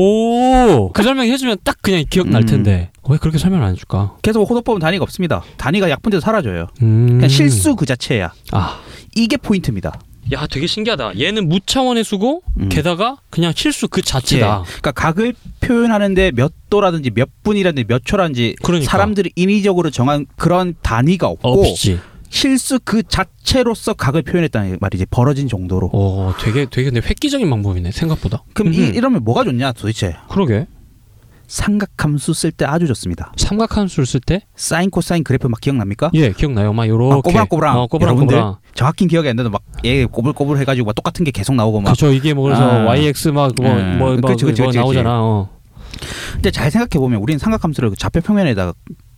S2: 오. 그 설명 해주면 딱 그냥 기억 날
S3: 음.
S2: 텐데 왜 그렇게 설명 을안 해줄까?
S3: 그래서 호도법은 단위가 없습니다. 단위가 약분돼서 사라져요.
S2: 음.
S3: 그냥 실수 그 자체야.
S2: 아
S3: 이게 포인트입니다.
S2: 야, 되게 신기하다. 얘는 무차원의 수고,
S3: 음.
S2: 게다가 그냥 실수 그
S3: 예.
S2: 자체다.
S3: 그러니까 각을 표현하는데 몇 도라든지 몇 분이라든지 몇 초라든지
S2: 그러니까. 어,
S3: 사람들이 인위적으로 정한 그런 단위가 없고
S2: 없지.
S3: 실수 그 자체로서 각을 표현했다는 말이지 벌어진 정도로.
S2: 어, 되게 되게 근데 획기적인 방법이네 생각보다.
S3: 그럼 이,
S2: 음.
S3: 이러면 뭐가 좋냐 도대체?
S2: 그러게
S3: 삼각함수 쓸 때 아주 좋습니다.
S2: 삼각함수를 쓸 때,
S3: 사인 코사인 그래프 막 기억납니까?
S2: 예, 기억나요? 막 요렇게
S3: 막 아. 꼬불랑꼬불랑.
S2: 어, 꼬불랑
S3: 여러분들
S2: 꼬불랑.
S3: 정확히 기억이 안 나도 막얘 꼬불꼬불 해가지고 막 똑같은 게 계속 나오고 막.
S2: 그렇죠. 이게 뭐 그래서
S3: 아.
S2: YX 막뭐뭐
S3: 음.
S2: 뭐, 뭐,
S3: 그치, 그치,
S2: 뭐
S3: 그치,
S2: 나오잖아. 어.
S3: 근데 잘 생각해 보면 우리는 삼각함수를 그 좌표 평면에다가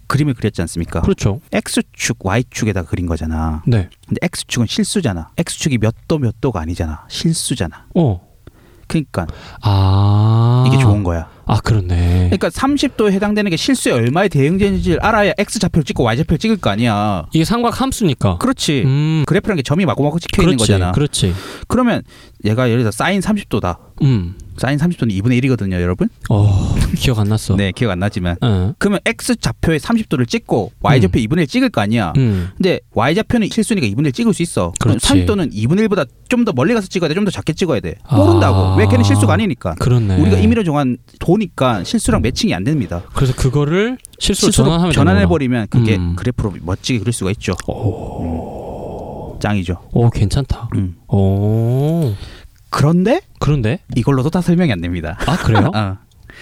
S3: 그림을 그렸지 않습니까?
S2: 그렇죠.
S3: x축, y축에다 가 그린 거잖아.
S2: 네.
S3: 근데 x축은 실수잖아. x축이 몇 도 몇 도가 아니잖아. 실수잖아.
S2: 어.
S3: 그러니까
S2: 아.
S3: 이게 좋은 거야.
S2: 아, 그렇네.
S3: 그러니까 30도에 해당되는 게 실수에 얼마에 대응되는지를 알아야 x 좌표를 찍고 y 좌표를 찍을 거 아니야.
S2: 이게 삼각함수니까.
S3: 그렇지.
S2: 음.
S3: 그래프라는 게 점이 마구마구 찍혀
S2: 그렇지.
S3: 있는 거잖아.
S2: 그렇지.
S3: 그러면 얘가 예를 들어 사인 30도다.
S2: 음.
S3: 사인 30도는 2분의 1이거든요, 여러분.
S2: 어. 기억 안 났어.
S3: 네, 기억 안 나지만.
S2: 어.
S3: 그러면 x 좌표에 30도를 찍고 y 좌표 2분의 1 찍을 거 아니야.
S2: 음.
S3: 근데 y 좌표는 실수니까 2분의 1 찍을 수 있어. 그럼
S2: 그렇지.
S3: 30도는 2분의 1보다 좀 더 멀리 가서 찍어야 돼. 좀 더 작게 찍어야 돼. 모른다고.
S2: 아.
S3: 왜 걔는 실수가 아니니까.
S2: 그렇네.
S3: 우리가 임의로 정한 도니까 실수랑 매칭이 안 됩니다.
S2: 그래서 그거를 실수로
S3: 실수로
S2: 전환하면
S3: 전환해 버리면 그게
S2: 음.
S3: 그래프로 멋지게 그릴 수가 있죠. 음. 짱이죠.
S2: 오, 괜찮다.
S3: 음.
S2: 오.
S3: 그런데
S2: 그런데
S3: 이걸로도 다 설명이 안 됩니다.
S2: 아, 그래요?
S3: 어.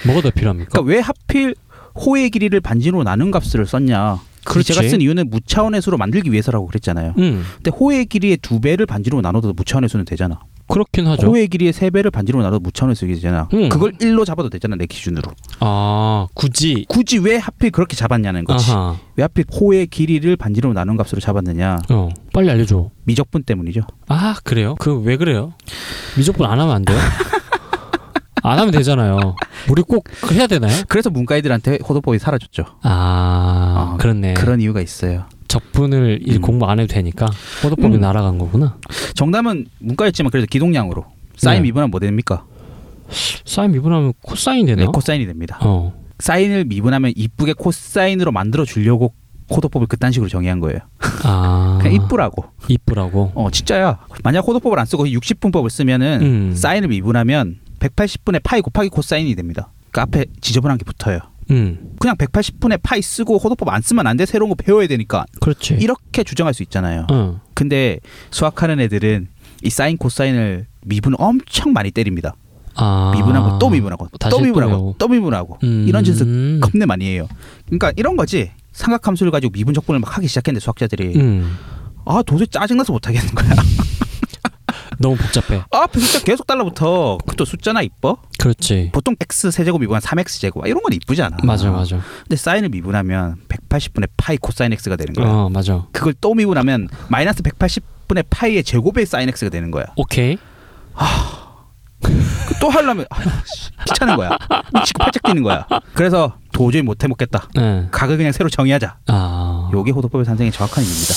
S2: 뭐가 더 필요합니까?
S3: 그러니까 왜 하필 호의 길이를 반지로 나눈 값을 썼냐?
S2: 그렇지.
S3: 제가 쓴 이유는 무차원의 수로 만들기 위해서라고 그랬잖아요.
S2: 음.
S3: 근데 호의 길이의 두 배를 반지로 나눠도 무차원의 수는 되잖아.
S2: 그렇긴 하죠.
S3: 호의 길이의 세 배를 반지로 나눠도 무차원의 수이 되잖아.
S2: 음.
S3: 그걸 일로 잡아도 되잖아 내 기준으로.
S2: 아, 굳이
S3: 굳이 왜 하필 그렇게 잡았냐는 거지.
S2: 아하.
S3: 왜 하필 호의 길이를 반지로 나눈 값으로 잡았느냐?
S2: 어. 빨리 알려 줘.
S3: 미적분 때문이죠.
S2: 아, 그래요? 그 왜 그래요? 미적분 안 하면 안 돼요? 안 하면 되잖아요. 우리 꼭 해야 되나요?
S3: 그래서 문과애들한테 호도법이 사라졌죠.
S2: 아,
S3: 아,
S2: 그렇네.
S3: 그런 이유가 있어요.
S2: 적분을 이제
S3: 음.
S2: 공부 안 해도 되니까 호도법이
S3: 음.
S2: 날아간 거구나.
S3: 정답은 문과였지만 그래도 기동량으로 사인
S2: 네.
S3: 미분하면 뭐 됩니까?
S2: 사인 미분하면 코사인
S3: 네,
S2: 되나?
S3: 코사인이 됩니다.
S2: 어.
S3: 사인을 미분하면 이쁘게 코사인으로 만들어 주려고 호도법을 그딴 식으로 정의한 거예요.
S2: 아.
S3: 그냥 그러니까 이쁘라고.
S2: 이쁘라고.
S3: 어 진짜야. 만약 호도법을 안 쓰고 60분법을 쓰면은
S2: 음.
S3: 사인을 미분하면 180분의 파이 곱하기 코사인이 됩니다. 그 앞에 지저분한 게 붙어요.
S2: 음.
S3: 그냥 180분의 파이 쓰고 호도법 안 쓰면 안 돼. 새로운 거 배워야 되니까.
S2: 그렇지.
S3: 이렇게 주장할 수 있잖아요.
S2: 네. 어.
S3: 근데 수학하는 애들은 이 사인 코사인을 미분 엄청 많이 때립니다.
S2: 아.
S3: 미분하고 또 미분하고
S2: 다시
S3: 또
S2: 또
S3: 미분하고
S2: 외우고.
S3: 또 미분하고
S2: 음.
S3: 이런 짓을 겁내 많이 해요. 그러니까 이런 거지. 삼각함수를 가지고 미분 적분을 막 하기 시작했는데 수학자들이
S2: 음.
S3: 아 도저히 짜증나서 못 하겠는 거야.
S2: 너무 복잡해.
S3: 아, 앞에 숫자 계속 달라붙어. 그또 숫자나 이뻐?
S2: 그렇지.
S3: 보통 x 세제곱 미분한 3x 제곱 아, 이런 건 이쁘지 않아.
S2: 맞아, 맞아.
S3: 근데 사인을 미분하면 180분의 파이 코사인 x가 되는 거야.
S2: 어, 맞아.
S3: 그걸 또 미분하면 마이너스 180분의 파이의 제곱의 사인 x가 되는 거야.
S2: 오케이.
S3: 그또 하려면 아, 씨, 귀찮은 거야. 지금 팔짝 뛰는 거야. 그래서 도저히 못 해먹겠다.
S2: 네.
S3: 각을 그냥 새로 정의하자.
S2: 아.
S3: 요게 호도법의 탄생의 정확한 의미입니다.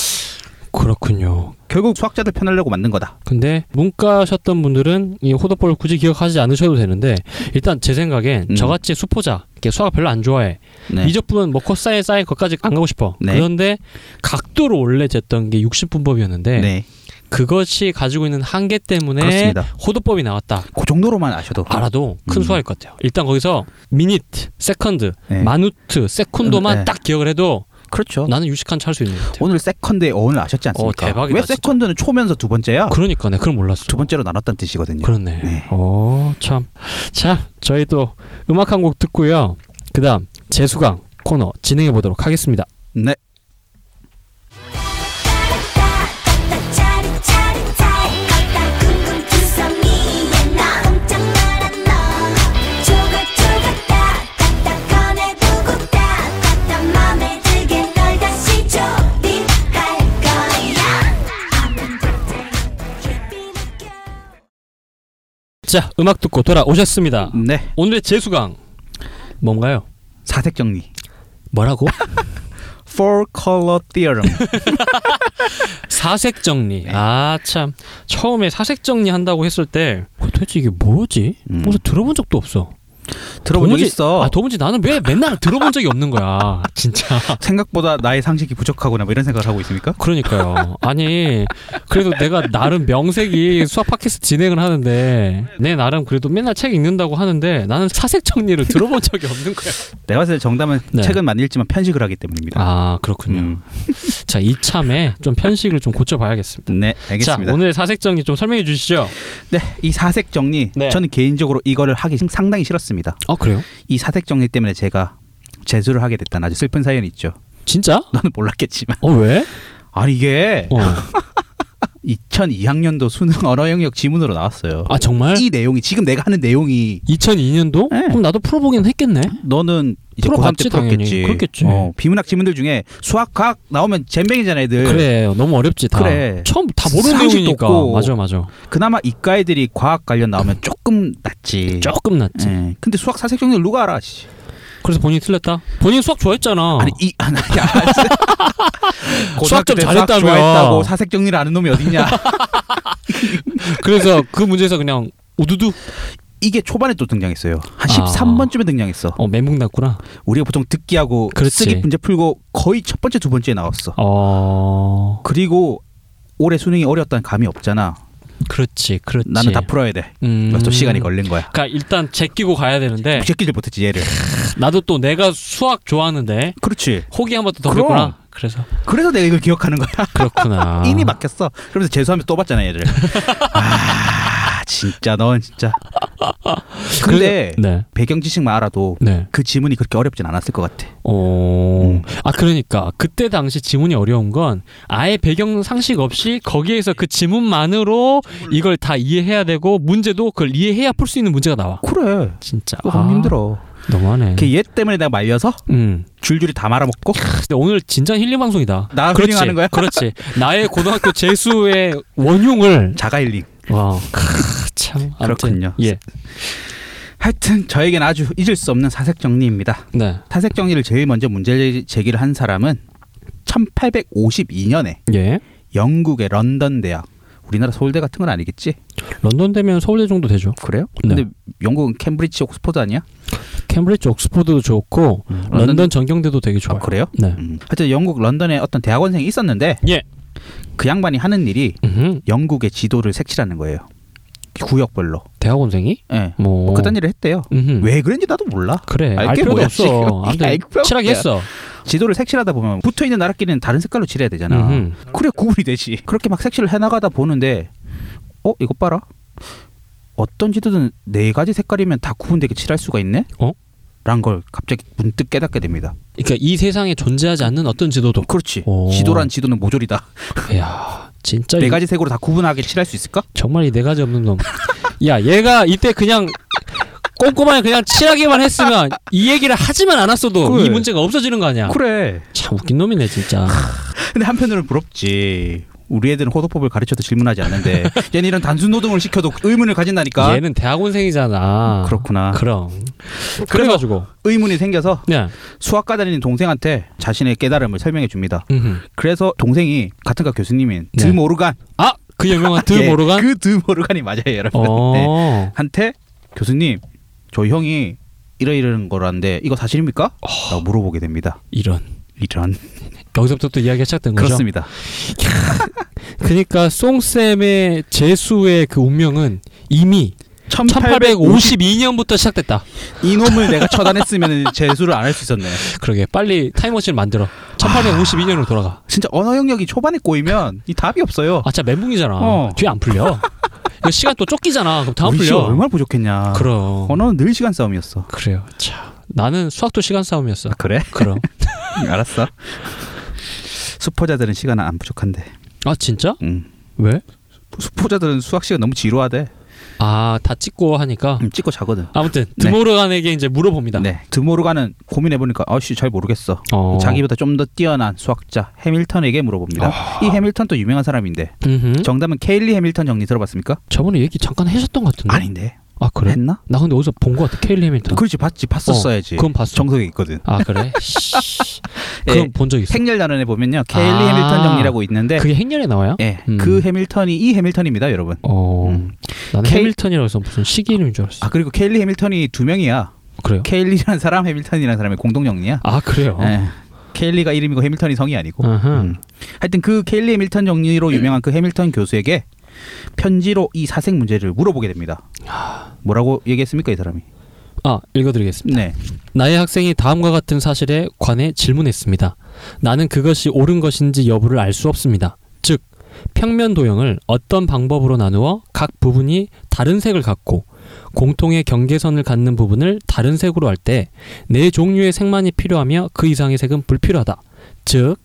S2: 그렇군요.
S3: 결국 수학자들 편하려고 만든 거다.
S2: 근데 문과셨던 분들은 이 호도법을 굳이 기억하지 않으셔도 되는데 일단 제 생각엔
S3: 음.
S2: 저같이 수포자, 이렇게 수학 별로 안 좋아해.
S3: 네.
S2: 미적분은 뭐 코사인, 사인 것까지 안 가고 싶어.
S3: 네.
S2: 그런데 각도로 원래 쟀던 게 60분법이었는데
S3: 네.
S2: 그것이 가지고 있는 한계 때문에
S3: 그렇습니다.
S2: 호도법이 나왔다.
S3: 그 정도로만 아셔도
S2: 알아도 큰
S3: 음.
S2: 수학일 것 같아요. 일단 거기서 미니트, 세컨드,
S3: 네.
S2: 마누트, 세콘도만
S3: 음, 네.
S2: 딱 기억을 해도
S3: 그렇죠.
S2: 나는 유식한 찰수 있는 것 같아요.
S3: 오늘 세컨드의 어원을 아셨지 않습니까?
S2: 어, 대박이다,
S3: 왜
S2: 진짜.
S3: 세컨드는 초면서 두 번째야?
S2: 그러니까 내가 그걸 몰랐어.
S3: 어? 두 번째로 나눴다는 뜻이거든요.
S2: 그렇네.
S3: 네.
S2: 오, 참. 자, 저희 또 음악 한 곡 듣고요. 그 다음, 재수강 코너 진행해 보도록 하겠습니다.
S3: 네.
S5: 짜릿짜릿짜릿 궁금투성이에 나 훔쳐나란 너 조각조각 딱딱딱 꺼내두고 딱딱딱 맘에 들게 널 다시 조립할 거야 깊이 느껴
S2: 자, 음악 듣고 돌아오셨습니다.
S3: 네.
S2: 오늘의 재수강 뭔가요?
S3: 사색 정리.
S2: 뭐라고?
S3: Four color theorem.
S2: 사색 정리. 아, 참. 처음에 사색 정리 한다고 했을 때 도대체 이게 뭐지?
S3: 음.
S2: 무슨 들어본 적도 없어.
S3: 들어본 적
S2: 도무지-
S3: 있어.
S2: 아 도무지 나는 왜 맨날 들어본 적이 없는 거야 진짜.
S3: 생각보다 나의 상식이 부족하구나 뭐 이런 생각을 하고 있습니까?
S2: 그러니까요. 아니 그래도 내가 나름 명색이 수학 팟캐스트 진행을 하는데 내 나름 그래도 맨날 책 읽는다고 하는데 나는 사색 정리를 들어본 적이 없는 거야.
S3: 내가 봤을 때 정답은
S2: 네.
S3: 책은 많이 읽지만 편식을 하기 때문입니다.
S2: 아 그렇군요.
S3: 음.
S2: 자 이참에 좀 편식을 좀 고쳐봐야겠습니다.
S3: 네,
S2: 자
S3: 알겠습니다.
S2: 오늘 사색 정리 좀 설명해 주시죠.
S3: 네, 이 사색 정리
S2: 네.
S3: 저는 개인적으로 이거를 하기 상당히 싫었습니다.
S2: 아 그래요?
S3: 이 사색 정리 때문에 제가 재수를 하게 됐다는 아주 슬픈 사연이 있죠.
S2: 진짜?
S3: 너는 몰랐겠지만
S2: 어 왜?
S3: 아니 이게
S2: 어.
S3: 2002학년도 수능 언어 영역 지문으로 나왔어요.
S2: 아 정말?
S3: 이 내용이 지금 내가 하는 내용이
S2: 2002년도?
S3: 네.
S2: 그럼 나도 풀어보긴 했겠네.
S3: 너는 이제 고3
S2: 풀어봤지,
S3: 때
S2: 당연히.
S3: 풀었겠지.
S2: 그렇겠지.
S3: 어, 비문학 지문들 중에 수학, 과학 나오면 젬병이잖아 애들.
S2: 그래 너무 어렵지 다.
S3: 그래.
S2: 처음 다 모르는
S3: 상식도
S2: 내용이니까.
S3: 없고.
S2: 맞아 맞아.
S3: 그나마 이과 애들이 과학 관련 나오면 조금 낫지.
S2: 조금 낫지.
S3: 예. 근데 수학 사색 정리 누가 알아? 씨.
S2: 그래서 본인이 틀렸다? 본인 수학 좋아했잖아.
S3: 아니 이 아니 야.
S2: 어. 수학 좀
S3: 고등학교 때
S2: 잘했다며.
S3: 좋아했다고 사색 정리를 아는 놈이 어딨냐?
S2: 그래서 그 문제에서 그냥 우두두
S3: 이게 초반에 또 등장했어요. 한
S2: 아.
S3: 13번쯤에 등장했어.
S2: 어 멘붕 났구나.
S3: 우리가 보통 듣기하고
S2: 그렇지.
S3: 쓰기 문제 풀고 거의 첫 번째 두 번째에 나왔어.
S2: 어
S3: 그리고 올해 수능이 어려웠다는 감이 없잖아.
S2: 그렇지 그렇지.
S3: 나는 다 풀어야 돼.
S2: 음.
S3: 그래서 또 시간이 걸린 거야.
S2: 그러니까 일단 제끼고 가야 되는데
S3: 제끼질 못했지 얘를.
S2: 나도 또 내가 수학 좋아하는데
S3: 그렇지.
S2: 호기 한 번 더
S3: 그럼.
S2: 덤볐구나. 그래서
S3: 그래서 내가 이걸 기억하는 거야.
S2: 그렇구나.
S3: 이미 막혔어. 그러면서 재수하면서 또 봤잖아 얘를. 아 진짜 넌 진짜. 근데
S2: 네네
S3: 배경 지식만 알아도
S2: 네.
S3: 그 지문이 그렇게 어렵진 않았을 것 같아.
S2: 어.
S3: 음.
S2: 아 그러니까 그때 당시 지문이 어려운 건 아예 배경 상식 없이 거기에서 그 지문만으로 이걸 다 이해해야 되고 문제도 그걸 이해해야 풀 수 있는 문제가 나와.
S3: 그래.
S2: 진짜
S3: 그거 너무
S2: 아,
S3: 힘들어. 그
S2: 너무하네.
S3: 걔 얘 때문에 내가 말려서
S2: 음.
S3: 줄줄이 다 말아먹고
S2: 근데 오늘 진짜 힐링 방송이다.
S3: 나
S2: 그렇지,
S3: 힐링하는 거야?
S2: 그렇지. 나의 고등학교 재수의 원흉을
S3: 자가일링.
S2: 와. 크, 참. 아무튼,
S3: 그렇군요.
S2: 예.
S3: 하여튼 저에겐 아주 잊을 수 없는 사색 정리입니다.
S2: 네.
S3: 사색 정리를 제일 먼저 문제 제기를 한 사람은 1852년에
S2: 예.
S3: 영국의 런던 대학. 우리나라 서울대 같은 건 아니겠지?
S2: 런던 되면 서울대 정도 되죠.
S3: 그래요?
S2: 네.
S3: 근데 영국은 캠브리지 옥스퍼드 아니야?
S2: 캠브리지 옥스퍼드도 좋고 런던,
S3: 음. 런던
S2: 전경대도 되게 좋아요.
S3: 아, 그래요?
S2: 네.
S3: 음. 하여튼 영국 런던에 어떤 대학원생이 있었는데
S2: 예.
S3: 그 양반이 하는 일이
S2: 음흠.
S3: 영국의 지도를 색칠하는 거예요. 구역별로.
S2: 대학원생이
S3: 예.
S2: 뭐,
S3: 뭐 그딴 일을 했대요.
S2: 음흠.
S3: 왜 그런지 나도 몰라.
S2: 그래.
S3: 알게
S2: 알 필요도
S3: 뭐야,
S2: 없어.
S3: 지금.
S2: 아무튼
S3: 알 필요
S2: 칠하게
S3: 없대.
S2: 했어.
S3: 지도를 색칠하다 보면 붙어 있는 나라끼리는 다른 색깔로 칠해야 되잖아.
S2: 음흠.
S3: 그래 구분이 되지. 그렇게 막 색칠을 해 나가다 보는데 어, 이거 봐라. 어떤 지도든 네 가지 색깔이면 다 구분되게 칠할 수가 있네?
S2: 어?
S3: 란 걸 갑자기 문득 깨닫게 됩니다.
S2: 그러니까 이 세상에 존재하지 않는 어떤 지도도.
S3: 그렇지.
S2: 오.
S3: 지도란 지도는 모조리다.
S2: 야, 진짜
S3: 네
S2: 이거
S3: 가지 색으로 다 구분하게 칠할 수 있을까?
S2: 정말 이 네 가지 없는 놈. 야, 얘가 이때 그냥 꼼꼼하게 그냥 칠하기만 했으면 이 얘기를 하지만 않았어도
S3: 그래.
S2: 이 문제가 없어지는 거 아니야.
S3: 그래.
S2: 참 웃긴 놈이네 진짜.
S3: 근데 한편으로는 부럽지. 우리 애들은 호도법을 가르쳐도 질문하지 않는데 얘는 이런 단순 노동을 시켜도 의문을 가진다니까.
S2: 얘는 대학원생이잖아.
S3: 그렇구나.
S2: 그럼. 그래가지고 네.
S3: 의문이 생겨서
S2: 그냥
S3: 수학과 다니는 동생한테 자신의 깨달음을 설명해 줍니다. 그래서 동생이 같은 과 교수님인
S2: 네.
S3: 드모르간
S2: 아그 유명한 드
S3: 예,
S2: 뭐 모르간.
S3: 그 드모르간이 맞아요 여러분
S2: 어.
S3: 네. 한테 교수님 저희 형이 이러이러한 거라는데 이거 사실입니까? 라고 물어보게 됩니다
S2: 이런.
S3: 이런
S2: 여기서부터 또 이야기가 시작된 거죠.
S3: 그렇습니다
S2: 그러니까 송쌤의 재수의 그 운명은 이미 1852년부터 시작됐다.
S3: 이놈을 내가 처단했으면 재수를 안 할 수 있었네
S2: 그러게 빨리 타임머신을 만들어. 1852년으로 돌아가.
S3: 진짜 언어 영역이 초반에 꼬이면 이 답이 없어요
S2: 아, 진짜 멘붕이잖아.
S3: 어.
S2: 뒤에 안 풀려. 이거 시간 또 쫓기잖아. 그럼 다음
S3: 우리 시험
S2: 풀려.
S3: 얼마나 부족했냐
S2: 그럼.
S3: 언어는 늘 시간 싸움이었어
S2: 그래요. 참. 나는 수학도 시간 싸움이었어.
S3: 아, 그래?
S2: 그럼. 음.
S3: 알았어 수포자들은 시간은 안 부족한데
S2: 아, 진짜?
S3: 음.
S2: 왜?
S3: 수포자들은 수학 시간 너무 지루하대
S2: 아, 다 찍고 하니까.
S3: 음, 찍고 자거든
S2: 아무튼
S3: 네.
S2: 드모르간에게 이제 물어봅니다.
S3: 네. 드모르가는 고민해보니까 아씨 잘 모르겠어.
S2: 어.
S3: 자기보다 좀 더 뛰어난 수학자 해밀턴에게 물어봅니다.
S2: 아.
S3: 이 해밀턴도 유명한 사람인데
S2: 음흠.
S3: 정답은 케일리 해밀턴 정리 들어봤습니까?
S2: 저번에 얘기 잠깐 하셨던 것 같은데.
S3: 아닌데
S2: 아, 그래?
S3: 했나?
S2: 나 근데 어디서 본 것 같아. 케일리 해밀턴.
S3: 그렇지 봤지 봤었어야지.
S2: 어, 그건 봤어.
S3: 예. 정석에 있거든.
S2: 아, 그래? 씨.
S3: 예,
S2: 그건 본 적 있어.
S3: 행렬 단원에 보면요 케일리
S2: 아.
S3: 해밀턴 정리라고 있는데
S2: 그게 행렬에 나와요?
S3: 예,
S2: 음.
S3: 그 해밀턴이 이 해밀턴입니다 여러분.
S2: 어.
S3: 음.
S2: 나는
S3: 케일-
S2: 해밀턴이라고 해서 무슨 시기 이름인 줄 알았어.
S3: 아 그리고 케일리 해밀턴이 두 명이야.
S2: 그래요?
S3: 케일리라는 사람, 해밀턴이라는 사람의 공동 정리야.
S2: 아 그래요.
S3: 예. 케일리가 이름이고 해밀턴이 성이 아니고.
S2: 아하.
S3: 음. 하여튼 그 케일리 해밀턴
S2: 음.
S3: 정리로 유명한 그 해밀턴 교수에게 편지로 이 사색 문제를 물어보게 됩니다. 뭐라고 얘기했습니까 이 사람이?
S2: 아 읽어드리겠습니다.
S3: 네.
S2: 나의 학생이 다음과 같은 사실에 관해 질문했습니다. 나는 그것이 옳은 것인지 여부를 알 수 없습니다. 즉, 평면 도형을 어떤 방법으로 나누어 각 부분이 다른 색을 갖고 공통의 경계선을 갖는 부분을 다른 색으로 할 때 네 종류의 색만이 필요하며 그 이상의 색은 불필요하다. 즉,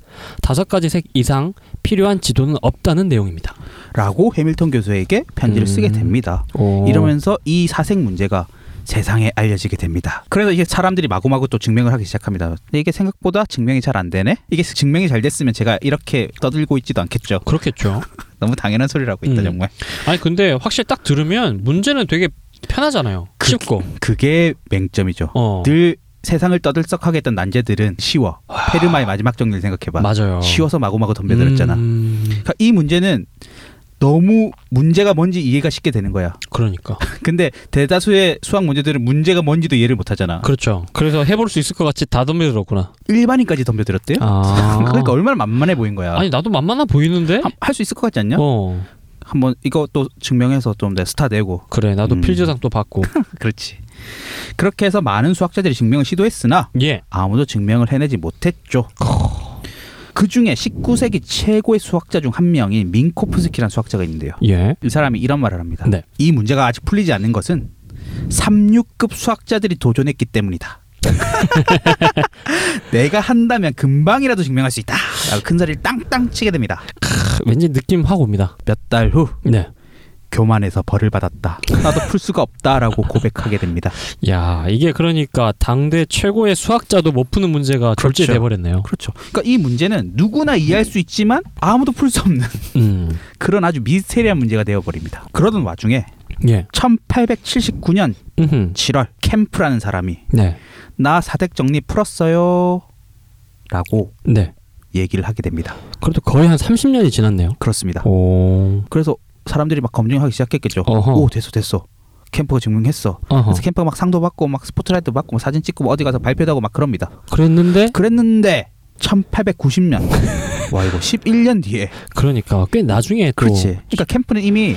S2: 다섯 가지 색 이상 필요한 지도는 없다는 내용입니다.
S3: 라고 해밀턴 교수에게 편지를
S2: 음.
S3: 쓰게 됩니다. 이러면서 이 사색 문제가 세상에 알려지게 됩니다. 그래서 이게 사람들이 마구마구 또 증명을 하기 시작합니다. 근데 이게 생각보다 증명이 잘 안 되네? 이게 증명이 잘 됐으면 제가 이렇게 떠들고 있지도 않겠죠.
S2: 그렇겠죠.
S3: 너무 당연한 소리를 하고 있다
S2: 음.
S3: 정말.
S2: 아니 근데 확실히 딱 들으면 문제는 되게 편하잖아요.
S3: 그-
S2: 쉽고.
S3: 그게 맹점이죠.
S2: 어.
S3: 늘 세상을 떠들썩하게 했던 난제들은 쉬워. 페르마의 마지막 정리를 생각해봐.
S2: 맞아요.
S3: 쉬워서 마구마구 덤벼들었잖아.
S2: 어. 음,
S3: 그러니까 이 문제는 너무 문제가 뭔지 이해가 쉽게 되는 거야.
S2: 그러니까.
S3: 근데 대다수의 수학 문제들은 문제가 뭔지도 이해를 못하잖아.
S2: 그렇죠. 그래서 해볼 수 있을 것 같이 다 덤벼들었구나.
S3: 일반인까지 덤벼들었대요.
S2: 아.
S3: 그러니까 얼마나 만만해 보인 거야.
S2: 아니 나도 만만해 보이는데.
S3: 할 수 있을 것 같지 않냐?
S2: 어.
S3: 한번 이거 또 증명해서 좀 내 스타 되고
S2: 그래. 나도
S3: 음.
S2: 필즈상 또 받고.
S3: 그렇지. 그렇게 해서 많은 수학자들이 증명을 시도했으나
S2: 예.
S3: 아무도 증명을 해내지 못했죠. 그 중에 19세기 최고의 수학자 중 한 명인 민코프스키라는 수학자가 있는데요.
S2: 예.
S3: 이 사람이 이런 말을 합니다.
S2: 네.
S3: 이 문제가 아직 풀리지 않는 것은 36급 수학자들이 도전했기 때문이다. 내가 한다면 금방이라도 증명할 수 있다. 라고 큰 소리를 땅땅 치게 됩니다.
S2: 크, 왠지 느낌 확 옵니다.
S3: 몇 달 후
S2: 네.
S3: 교만해서 벌을 받았다. 나도 풀 수가 없다라고 고백하게 됩니다.
S2: 야 이게 그러니까 당대 최고의 수학자도 못 푸는 문제가
S3: 그렇죠.
S2: 절제돼 버렸네요.
S3: 그렇죠. 그러니까 이 문제는 누구나 이해할 수 있지만 아무도 풀 수 없는
S2: 음.
S3: 그런 아주 미스테리한 문제가 되어 버립니다. 그러던 와중에
S2: 예.
S3: 1879년
S2: 음.
S3: 7월 캠프라는 사람이
S2: 네.
S3: 나 사택 정리 풀었어요. 라고
S2: 네.
S3: 얘기를 하게 됩니다.
S2: 그래도 거의 한 30년이 지났네요.
S3: 그렇습니다.
S2: 오.
S3: 그래서 사람들이 막 검증하기 시작했겠죠.
S2: 어허.
S3: 오, 됐어, 됐어. 캠프가 증명했어.
S2: 어허.
S3: 그래서 캠프가 막 상도 받고 막 스포트라이트 받고 뭐 사진 찍고 뭐 어디 가서 발표도 하고 막 그럽니다.
S2: 그랬는데
S3: 그랬는데 1890년 와 이거 11년 뒤에
S2: 그러니까 꽤 나중에 또
S3: 그렇지 그러니까 캠프는 이미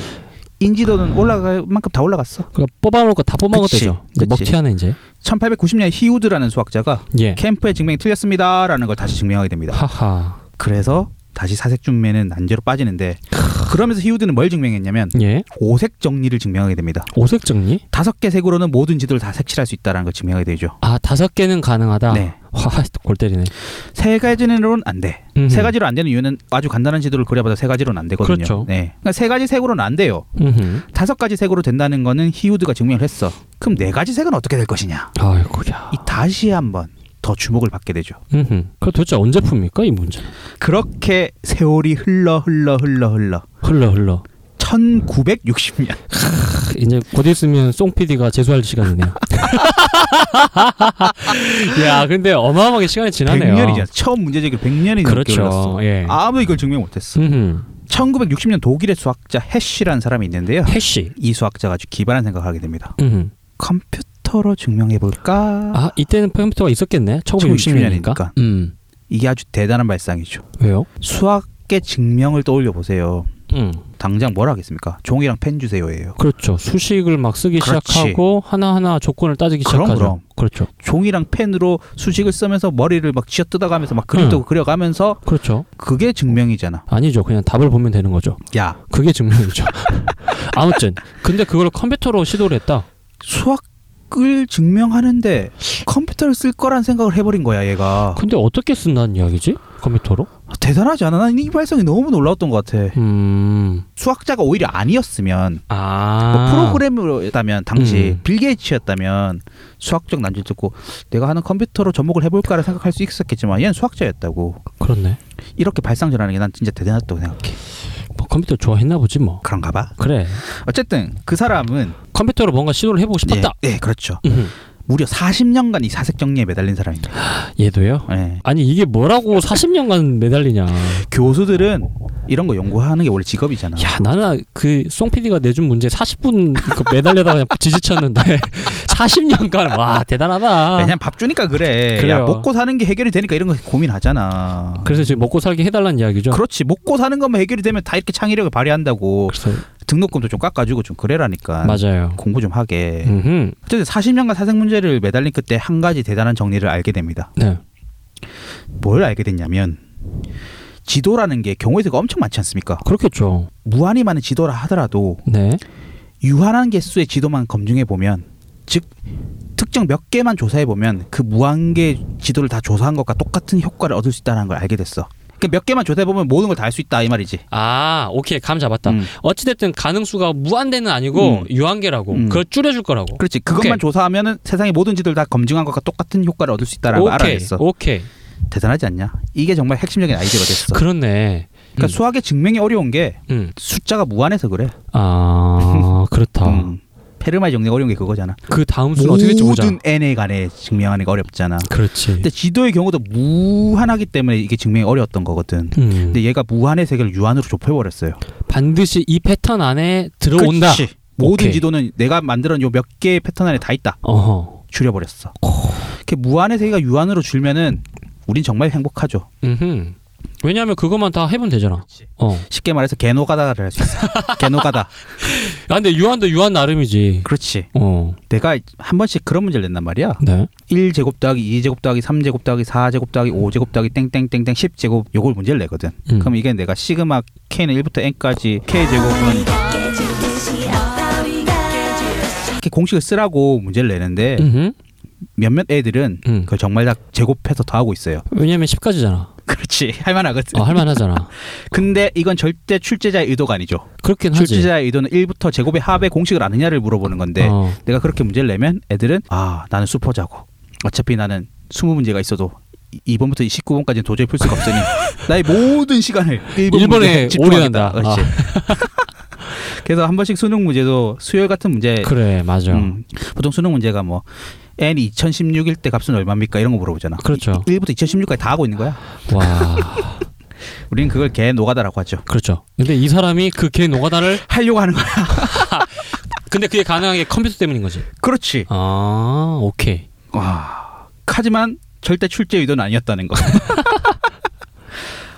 S3: 인지도는 올라갈 만큼 다 올라갔어
S2: 그러니까 뽑아먹을 거 다 뽑아먹어도
S3: 그치,
S2: 되죠.
S3: 그치.
S2: 먹튀하네 이제.
S3: 1890년에 히우드라는 수학자가
S2: 예.
S3: 캠프의 증명이 틀렸습니다라는 걸 다시 증명하게 됩니다
S2: 하하.
S3: 그래서 다시 사색 증명은 난제로 빠지는데 그러면서 히우드는 뭘 증명했냐면
S2: 예.
S3: 오색 정리를 증명하게 됩니다
S2: 오색 정리?
S3: 다섯 개 색으로는 모든 지도를 다 색칠할 수 있다는 걸 증명하게 되죠
S2: 아 다섯 개는 가능하다.
S3: 네.
S2: 와, 골 때리네.
S3: 세 가지로는 안돼
S2: 음흠.
S3: 세 가지로 안 되는 이유는 아주 간단한 지도를 그려봐도 세 가지로는 안 되거든요
S2: 그렇죠.
S3: 네. 그러니까 세 가지 색으로는 안 돼요
S2: 음흠.
S3: 다섯 가지 색으로 된다는 거는 히우드가 증명을 했어. 그럼 네 가지 색은 어떻게 될 것이냐?
S2: 아이고야.
S3: 이 다시 한번 더 주목을 받게 되죠.
S2: 음흠. 그 도대체 언제 풉니까 이 문제는?
S3: 그렇게 세월이 흘러 흘러 흘러 흘러
S2: 흘러 흘러.
S3: 1960년
S2: 크, 이제 곧 있으면 송 PD가 재수할 시간이네요. 야, 근데 어마어마하게 시간이 지나네요.
S3: 100년이잖아. 처음 문제제기로 100년이 넘게
S2: 그렇죠.
S3: 흘렀어.
S2: 예.
S3: 아무도 이걸 증명 못했어.
S2: 음흠.
S3: 1960년 독일의 수학자 해쉬라는 사람이 있는데요.
S2: 해시.
S3: 이 수학자가 아주 기발한 생각을 하게 됩니다.
S2: 음흠.
S3: 컴퓨터로 증명해 볼까?
S2: 아 이때는 컴퓨터가 있었겠네. 1960년이니까.
S3: 1960년이니까.
S2: 음.
S3: 이게 아주 대단한 발상이죠.
S2: 왜요?
S3: 수학의 증명을 떠올려 보세요.
S2: 음.
S3: 당장 뭘 하겠습니까? 종이랑 펜 주세요예요.
S2: 그렇죠. 수식을 막 쓰기
S3: 그렇지.
S2: 시작하고 하나하나 조건을 따지기
S3: 그럼,
S2: 시작하죠.
S3: 그럼.
S2: 그렇죠.
S3: 종이랑 펜으로 수식을 쓰면서 머리를 막 쥐어 뜯어가면서 막 그림도
S2: 응.
S3: 그려가면서
S2: 그렇죠.
S3: 그게 증명이잖아.
S2: 아니죠. 그냥 답을 보면 되는 거죠.
S3: 야
S2: 그게 증명이죠. 아무튼 근데 그걸 컴퓨터로 시도를 했다.
S3: 수학을 증명하는데 컴퓨터를 쓸 거란 생각을 해버린 거야 얘가.
S2: 근데 어떻게 쓴다는 이야기지? 컴퓨터로?
S3: 대단하지 않아? 난 이 발성이 너무 놀라웠던 것 같아.
S2: 음.
S3: 수학자가 오히려 아니었으면
S2: 아.
S3: 뭐 프로그래머였다면 당시
S2: 음.
S3: 빌 게이츠였다면 수학적 난제를 듣고 내가 하는 컴퓨터로 접목을 해볼까라 생각할 수 있었겠지만 얘는 수학자였다고
S2: 그렇네.
S3: 이렇게 발상전하는 게 난 진짜 대단하다고 생각해.
S2: 뭐 컴퓨터 좋아했나 보지 뭐.
S3: 그런가 봐.
S2: 그래.
S3: 어쨌든 그 사람은
S2: 컴퓨터로 뭔가 시도를 해보고 싶었다.
S3: 예, 예 그렇죠.
S2: 음.
S3: 무려 40년간 이 사색 정리에 매달린 사람입니다.
S2: 얘도요?
S3: 예.
S2: 아니 이게 뭐라고 40년간 매달리냐.
S3: 교수들은 이런 거 연구하는 게 원래 직업이잖아.
S2: 그 야 나는 그송 PD가 내준 문제 40분 그 매달려다가 그냥 지지쳤는데 40년간 와 대단하다.
S3: 왜냐면 밥 주니까 그래. 야,
S2: 그래요.
S3: 먹고 사는 게 해결이 되니까 이런 거 고민하잖아.
S2: 그래서 지금 먹고 살게 해달라는 이야기죠.
S3: 그렇지. 먹고 사는 것만 해결이 되면 다 이렇게 창의력을 발휘한다고.
S2: 그래서
S3: 등록금도 좀 깎아주고 좀 그래라니까.
S2: 맞아요.
S3: 공부 좀 하게.
S2: 음흠.
S3: 어쨌든 40년간 사생 문제를 매달린 그때 한 가지 대단한 정리를 알게 됩니다.
S2: 네.
S3: 뭘 알게 됐냐면 지도라는 게 경우의 수가 엄청 많지 않습니까?
S2: 그렇겠죠.
S3: 무한히 많은 지도라 하더라도
S2: 네.
S3: 유한한 개수의 지도만 검증해 보면 즉 특정 몇 개만 조사해 보면 그 무한 개 지도를 다 조사한 것과 똑같은 효과를 얻을 수 있다는 걸 알게 됐어. 그러니까 몇 개만 조사해 보면 모든 걸 다 할 수 있다 이 말이지.
S2: 아 오케이 감 잡았다.
S3: 음.
S2: 어찌됐든 가능수가 무한대는 아니고
S3: 음.
S2: 유한계라고.
S3: 음.
S2: 그걸 줄여줄 거라고.
S3: 그렇지. 그것만
S2: 오케이.
S3: 조사하면은 세상의 모든 지도를 다 검증한 것과 똑같은 효과를 얻을 수 있다라는 걸
S2: 오케이.
S3: 알아냈어.
S2: 오케이.
S3: 대단하지 않냐? 이게 정말 핵심적인 아이디어가 됐어.
S2: 그렇네. 음.
S3: 그러니까 수학의 증명이 어려운 게
S2: 음.
S3: 숫자가 무한해서 그래.
S2: 아 그렇다.
S3: 음. 페르마의 정리가 어려운 게 그거잖아.
S2: 그 다음 수는 어떻게 될지 보자.
S3: 모든 n에 관해 증명하는 게 어렵잖아.
S2: 그렇지.
S3: 근데 지도의 경우도 무한하기 때문에 이게 증명이 어려웠던 거거든.
S2: 음.
S3: 근데 얘가 무한의 세계를 유한으로 좁혀버렸어요.
S2: 반드시 이 패턴 안에 들어온다.
S3: 그렇지. 모든
S2: 오케이.
S3: 지도는 내가 만들어낸 요 몇 개의 패턴 안에 다 있다.
S2: 어허.
S3: 줄여버렸어. 이렇게 무한의 세계가 유한으로 줄면은 우린 정말 행복하죠.
S2: 음흠. 왜냐하면 그것만 다 해보면 되잖아. 어.
S3: 쉽게 말해서 개노가다를 할 수 있어. 개노가다.
S2: 아 근데 유한도 유한 나름이지.
S3: 그렇지.
S2: 어.
S3: 내가 한 번씩 그런 문제를 냈단 말이야.
S2: 네.
S3: 1제곱 더하기 2제곱 더하기 3제곱 더하기 4제곱 더하기 5제곱 더하기 땡땡땡땡 10제곱 요걸 문제를 내거든.
S2: 음.
S3: 그럼 이게 내가 시그마 k는 1부터 n까지 k 제곱은 이렇게 공식을 쓰라고 문제를 내는데
S2: 음흠.
S3: 몇몇 애들은
S2: 음.
S3: 그걸 정말 다 제곱해서 더하고 있어요.
S2: 왜냐면 10까지잖아.
S3: 그렇지. 할 만하거든.
S2: 어, 할만하잖아.
S3: 근데 이건 절대 출제자의 의도가 아니죠.
S2: 그렇긴 하지.
S3: 출제자의 의도는 1부터 제곱의 합의 공식을 아느냐를 물어보는 건데
S2: 어.
S3: 내가 그렇게 문제를 내면 애들은 아 나는 슈퍼자고 어차피 나는 20문제가 있어도 2번부터 19번까지는 도저히 풀 수가 없으니 나의 모든 시간을 1번
S2: 일본에
S3: 문제에
S2: 올인한다.
S3: 집중하겠다.
S2: 아.
S3: 그렇지. 그래서 한 번씩 수능 문제도 수열 같은 문제
S2: 그래 맞아. 요
S3: 네. 음, 보통 수능 문제가 뭐 n 2016일 때 값은 얼마입니까 이런 거 물어보잖아.
S2: 그렇죠.
S3: 1부터 2016까지 다 하고 있는 거야.
S2: 와.
S3: 우리는 그걸 개 노가다라고 하죠.
S2: 그렇죠. 근데 이 사람이 그 개 노가다를
S3: 하려고 하는 거야.
S2: 근데 그게 가능한 게 컴퓨터 때문인 거지.
S3: 그렇지.
S2: 아 오케이.
S3: 와. 하지만 절대 출제 의도는 아니었다는 거.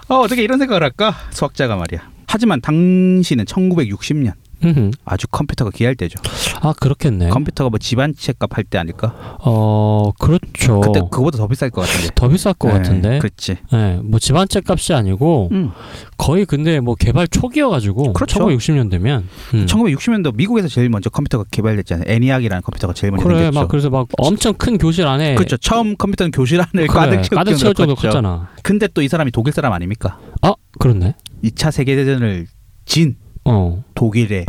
S3: 어, 어떻게 이런 생각을 할까? 수학자가 말이야. 하지만 당신은 1960년
S2: 음흠.
S3: 아주 컴퓨터가 귀할 때죠.
S2: 아 그렇겠네.
S3: 컴퓨터가 뭐 집안 책값 할 때 아닐까?
S2: 어 그렇죠.
S3: 그때 그거보다 더 비쌀 것 같은데.
S2: 더 비쌀 것
S3: 네,
S2: 같은데.
S3: 그렇지.
S2: 네, 뭐 집안채 값이 아니고
S3: 음.
S2: 거의 근데 뭐 개발 초기여가지고
S3: 그렇죠.
S2: 1960년대면 음.
S3: 1960년도 미국에서 제일 먼저 컴퓨터가 개발됐잖아요. 애니악이라는 컴퓨터가 제일 먼저
S2: 그래
S3: 생겼죠.
S2: 막 그래서 막 엄청 큰 교실 안에
S3: 그렇죠. 처음 컴퓨터는 교실 안을
S2: 그래,
S3: 가득 채울
S2: 가득 채울 정도
S3: 컸죠.
S2: 컸잖아.
S3: 근데 또 이 사람이 독일 사람 아닙니까?
S2: 아 그렇네.
S3: 2차 세계 대전을 진
S2: 어
S3: 독일의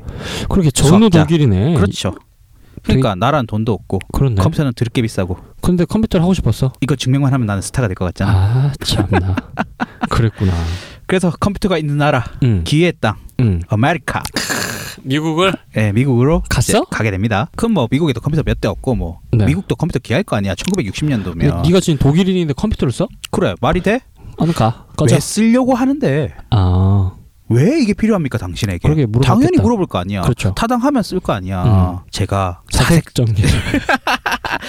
S2: 그렇게 전후
S3: 수학자.
S2: 독일이네.
S3: 그렇죠. 그러니까 나란 돈도 없고
S2: 그렇네.
S3: 컴퓨터는 드럽게 비싸고
S2: 근데 컴퓨터를 하고 싶었어.
S3: 이거 증명만 하면 나는 스타가 될 것 같잖아.
S2: 아 참나. 그랬구나.
S3: 그래서 컴퓨터가 있는 나라
S2: 음,
S3: 기회의 땅
S2: 음.
S3: 아메리카
S2: 미국을
S3: 예, 미국으로
S2: 갔어?
S3: 이제 가게 됩니다. 그럼 뭐 미국에도 컴퓨터 몇 대 없고 뭐
S2: 네.
S3: 미국도 컴퓨터 기할 거 아니야. 1960년도면
S2: 네가 지금 독일인인데 컴퓨터를 써?
S3: 그래 말이 돼?
S2: 아무 가. 꺼져.
S3: 왜 쓰려고 하는데
S2: 아
S3: 왜 이게 필요합니까 당신에게?
S2: 그러게 물어봤겠다.
S3: 당연히 물어볼 거 아니야.
S2: 그렇죠. 음.
S3: 타당하면 쓸 거 아니야. 제가 사색
S2: 사색 정리.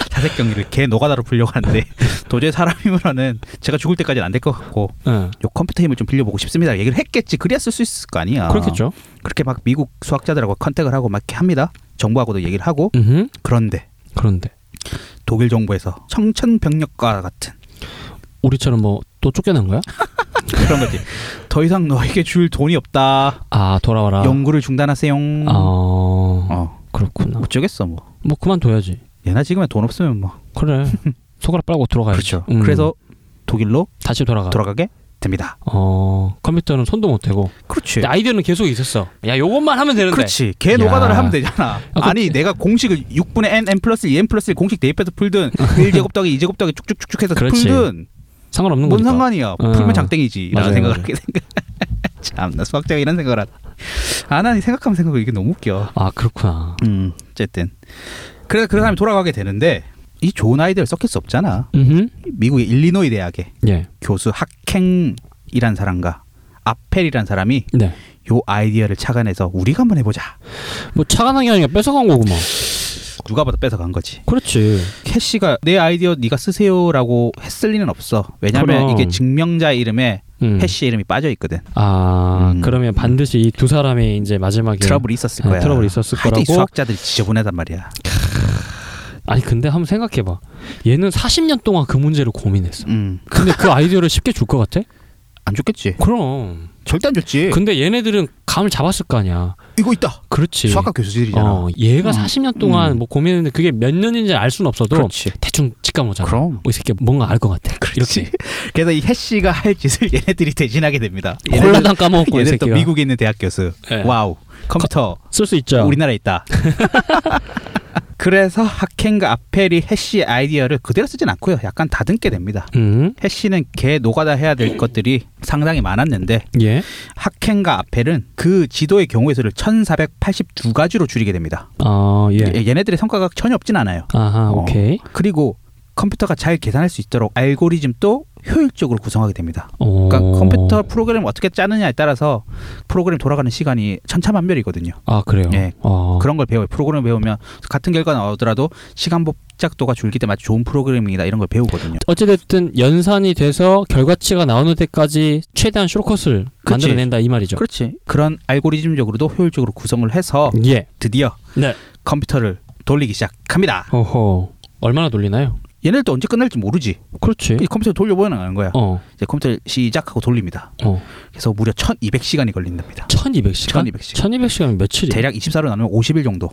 S3: 사색 경리를 개 노가다로 풀려고 하는데 도저히 사람 힘으로는 제가 죽을 때까지는 안 될 것 같고
S2: 응.
S3: 요 컴퓨터 힘을 좀 빌려보고 싶습니다. 얘기를 했겠지. 그래야 쓸 수 있을 거 아니야.
S2: 그렇겠죠.
S3: 그렇게 막 미국 수학자들하고 컨택을 하고 막 이렇게 합니다. 정부하고도 얘기를 하고
S2: 음.
S3: 그런데
S2: 그런데
S3: 독일 정부에서 청천벽력과 같은
S2: 우리처럼 뭐 또 쫓겨난 거야?
S3: 그런 거지. 더 이상 너에게 줄 돈이 없다.
S2: 아 돌아와라.
S3: 연구를 중단하세요.
S2: 아
S3: 어
S2: 그렇구나.
S3: 어쩌겠어 뭐.
S2: 뭐 그만둬야지.
S3: 얘나 지금은 돈 없으면 뭐. 그렇죠.
S2: 그래. 손가락 빨고 들어가야지. 음.
S3: 그래서 독일로
S2: 다시 돌아가.
S3: 돌아가게 됩니다.
S2: 어 컴퓨터는 손도 못 대고.
S3: 그렇지.
S2: 근데 아이디어는 계속 있었어. 야 요것만 하면 되는데.
S3: 네. 그렇지. 걔
S2: 야.
S3: 노가다를 하면 되잖아.
S2: 그-
S3: 아니 내가 공식을 6분의 n, n 플러스 2, n 플러스 1 공식 대입해서 풀든 1제곱 더하기 2제곱 더하기 쭉쭉쭉쭉 해서
S2: 그렇지.
S3: 풀든
S2: 상관없는
S3: 뭔
S2: 거니까.
S3: 상관이야. 뭐
S2: 어.
S3: 풀면 장땡이지. 라는
S2: 맞아요,
S3: 생각을
S2: 맞아요.
S3: 하게 생각. 참나 수학자가 이런 생각을 하. 아난 생각하면 생각하고 이게 너무 웃겨.
S2: 아 그렇구나.
S3: 음 어쨌든 그래서 그 사람이 돌아가게 되는데 이 좋은 아이디어를 섞일 수 없잖아.
S2: 음.
S3: 미국의 일리노이 대학의
S2: 예.
S3: 교수 학행이란 사람과 아펠이란 사람이
S2: 네.
S3: 요 아이디어를 착안해서 우리가 한번 해보자.
S2: 뭐 차가 난게 아니라 뺏어간 거구만.
S3: 누가 봐도 뺏어간 거지.
S2: 그렇지.
S3: 캐시가 내 아이디어 네가 쓰세요라고 했을 리는 없어. 왜냐면
S2: 그럼.
S3: 이게 증명자 이름에
S2: 음.
S3: 캐시 이름이 빠져 있거든.
S2: 아
S3: 음.
S2: 그러면 반드시 이 두 사람의 이제 마지막에
S3: 트러블이 있었을
S2: 네,
S3: 거야.
S2: 트러블이 있었을
S3: 하여튼 이
S2: 거라고.
S3: 수학자들이 지저분하단 말이야.
S2: 아니 근데 한번 생각해봐. 얘는 40년 동안 그 문제를 고민했어.
S3: 음.
S2: 근데 그 아이디어를 쉽게 줄 것 같아?
S3: 안 줬겠지.
S2: 그럼.
S3: 절대 안 줬지.
S2: 근데 얘네들은 감을 잡았을 거 아니야.
S3: 이거
S2: 어.
S3: 있다.
S2: 그렇지.
S3: 수학과 교수들이잖아.
S2: 어, 얘가
S3: 음.
S2: 40년 동안
S3: 음.
S2: 뭐 고민했는데 그게 몇 년인지 알 수는 없어도
S3: 그렇지.
S2: 대충 직감 오잖아.
S3: 그럼.
S2: 어, 이 새끼 뭔가 알 것 같아. 이렇게
S3: 그래서 이 해시가 할 짓을 얘네들이 대신하게 됩니다.
S2: 콜라당 까먹었고 이
S3: 얘네 또
S2: 새끼가
S3: 미국에 있는 대학 교수.
S2: 예.
S3: 와우. 컴퓨터
S2: 쓸 수 있죠.
S3: 우리나라에 있다. 그래서 하켄과 아펠이 해시의 아이디어를 그대로 쓰진 않고요. 약간 다듬게 됩니다.
S2: 음,
S3: 해시는 개 노가다 해야 될 것들이 상당히 많았는데
S2: 예.
S3: 하켄과 아펠은 그 지도의 경우의 수를 1482가지로 줄이게 됩니다.
S2: 어, 예.
S3: 얘- 얘네들의 성과가 전혀 없진 않아요.
S2: 아하,
S3: 어.
S2: 오케이.
S3: 그리고 컴퓨터가 잘 계산할 수 있도록 알고리즘도 효율적으로 구성하게 됩니다.
S2: 어.
S3: 그러니까 컴퓨터 프로그램을 어떻게 짜느냐에 따라서 프로그램 돌아가는 시간이 천차만별이거든요.
S2: 아 그래요.
S3: 예.
S2: 어.
S3: 그런 걸 배워요. 프로그램을 배우면 같은 결과 나오더라도 시간 복잡도가 줄기 때문에 아주 좋은 프로그래밍이다 이런 걸 배우거든요.
S2: 어찌됐든 연산이 돼서 결과치가 나오는 때까지 최대한 쇼컷을
S3: 그치.
S2: 만들어낸다 이 말이죠.
S3: 그렇지. 그런 알고리즘적으로도 효율적으로 구성을 해서
S2: 예.
S3: 드디어
S2: 네.
S3: 컴퓨터를 돌리기 시작합니다.
S2: 어허. 얼마나 돌리나요?
S3: 얘네들 또 언제 끝날지 모르지.
S2: 그렇지.
S3: 이 컴퓨터 돌려보는 거야.
S2: 어.
S3: 이제 컴퓨터 시작하고 돌립니다.
S2: 어.
S3: 그래서 무려 1200시간이 걸린답니다.
S2: 1200시간?
S3: 1200시간.
S2: 1200시간이면 며칠이야?
S3: 대략 24로 나누면 50일 정도.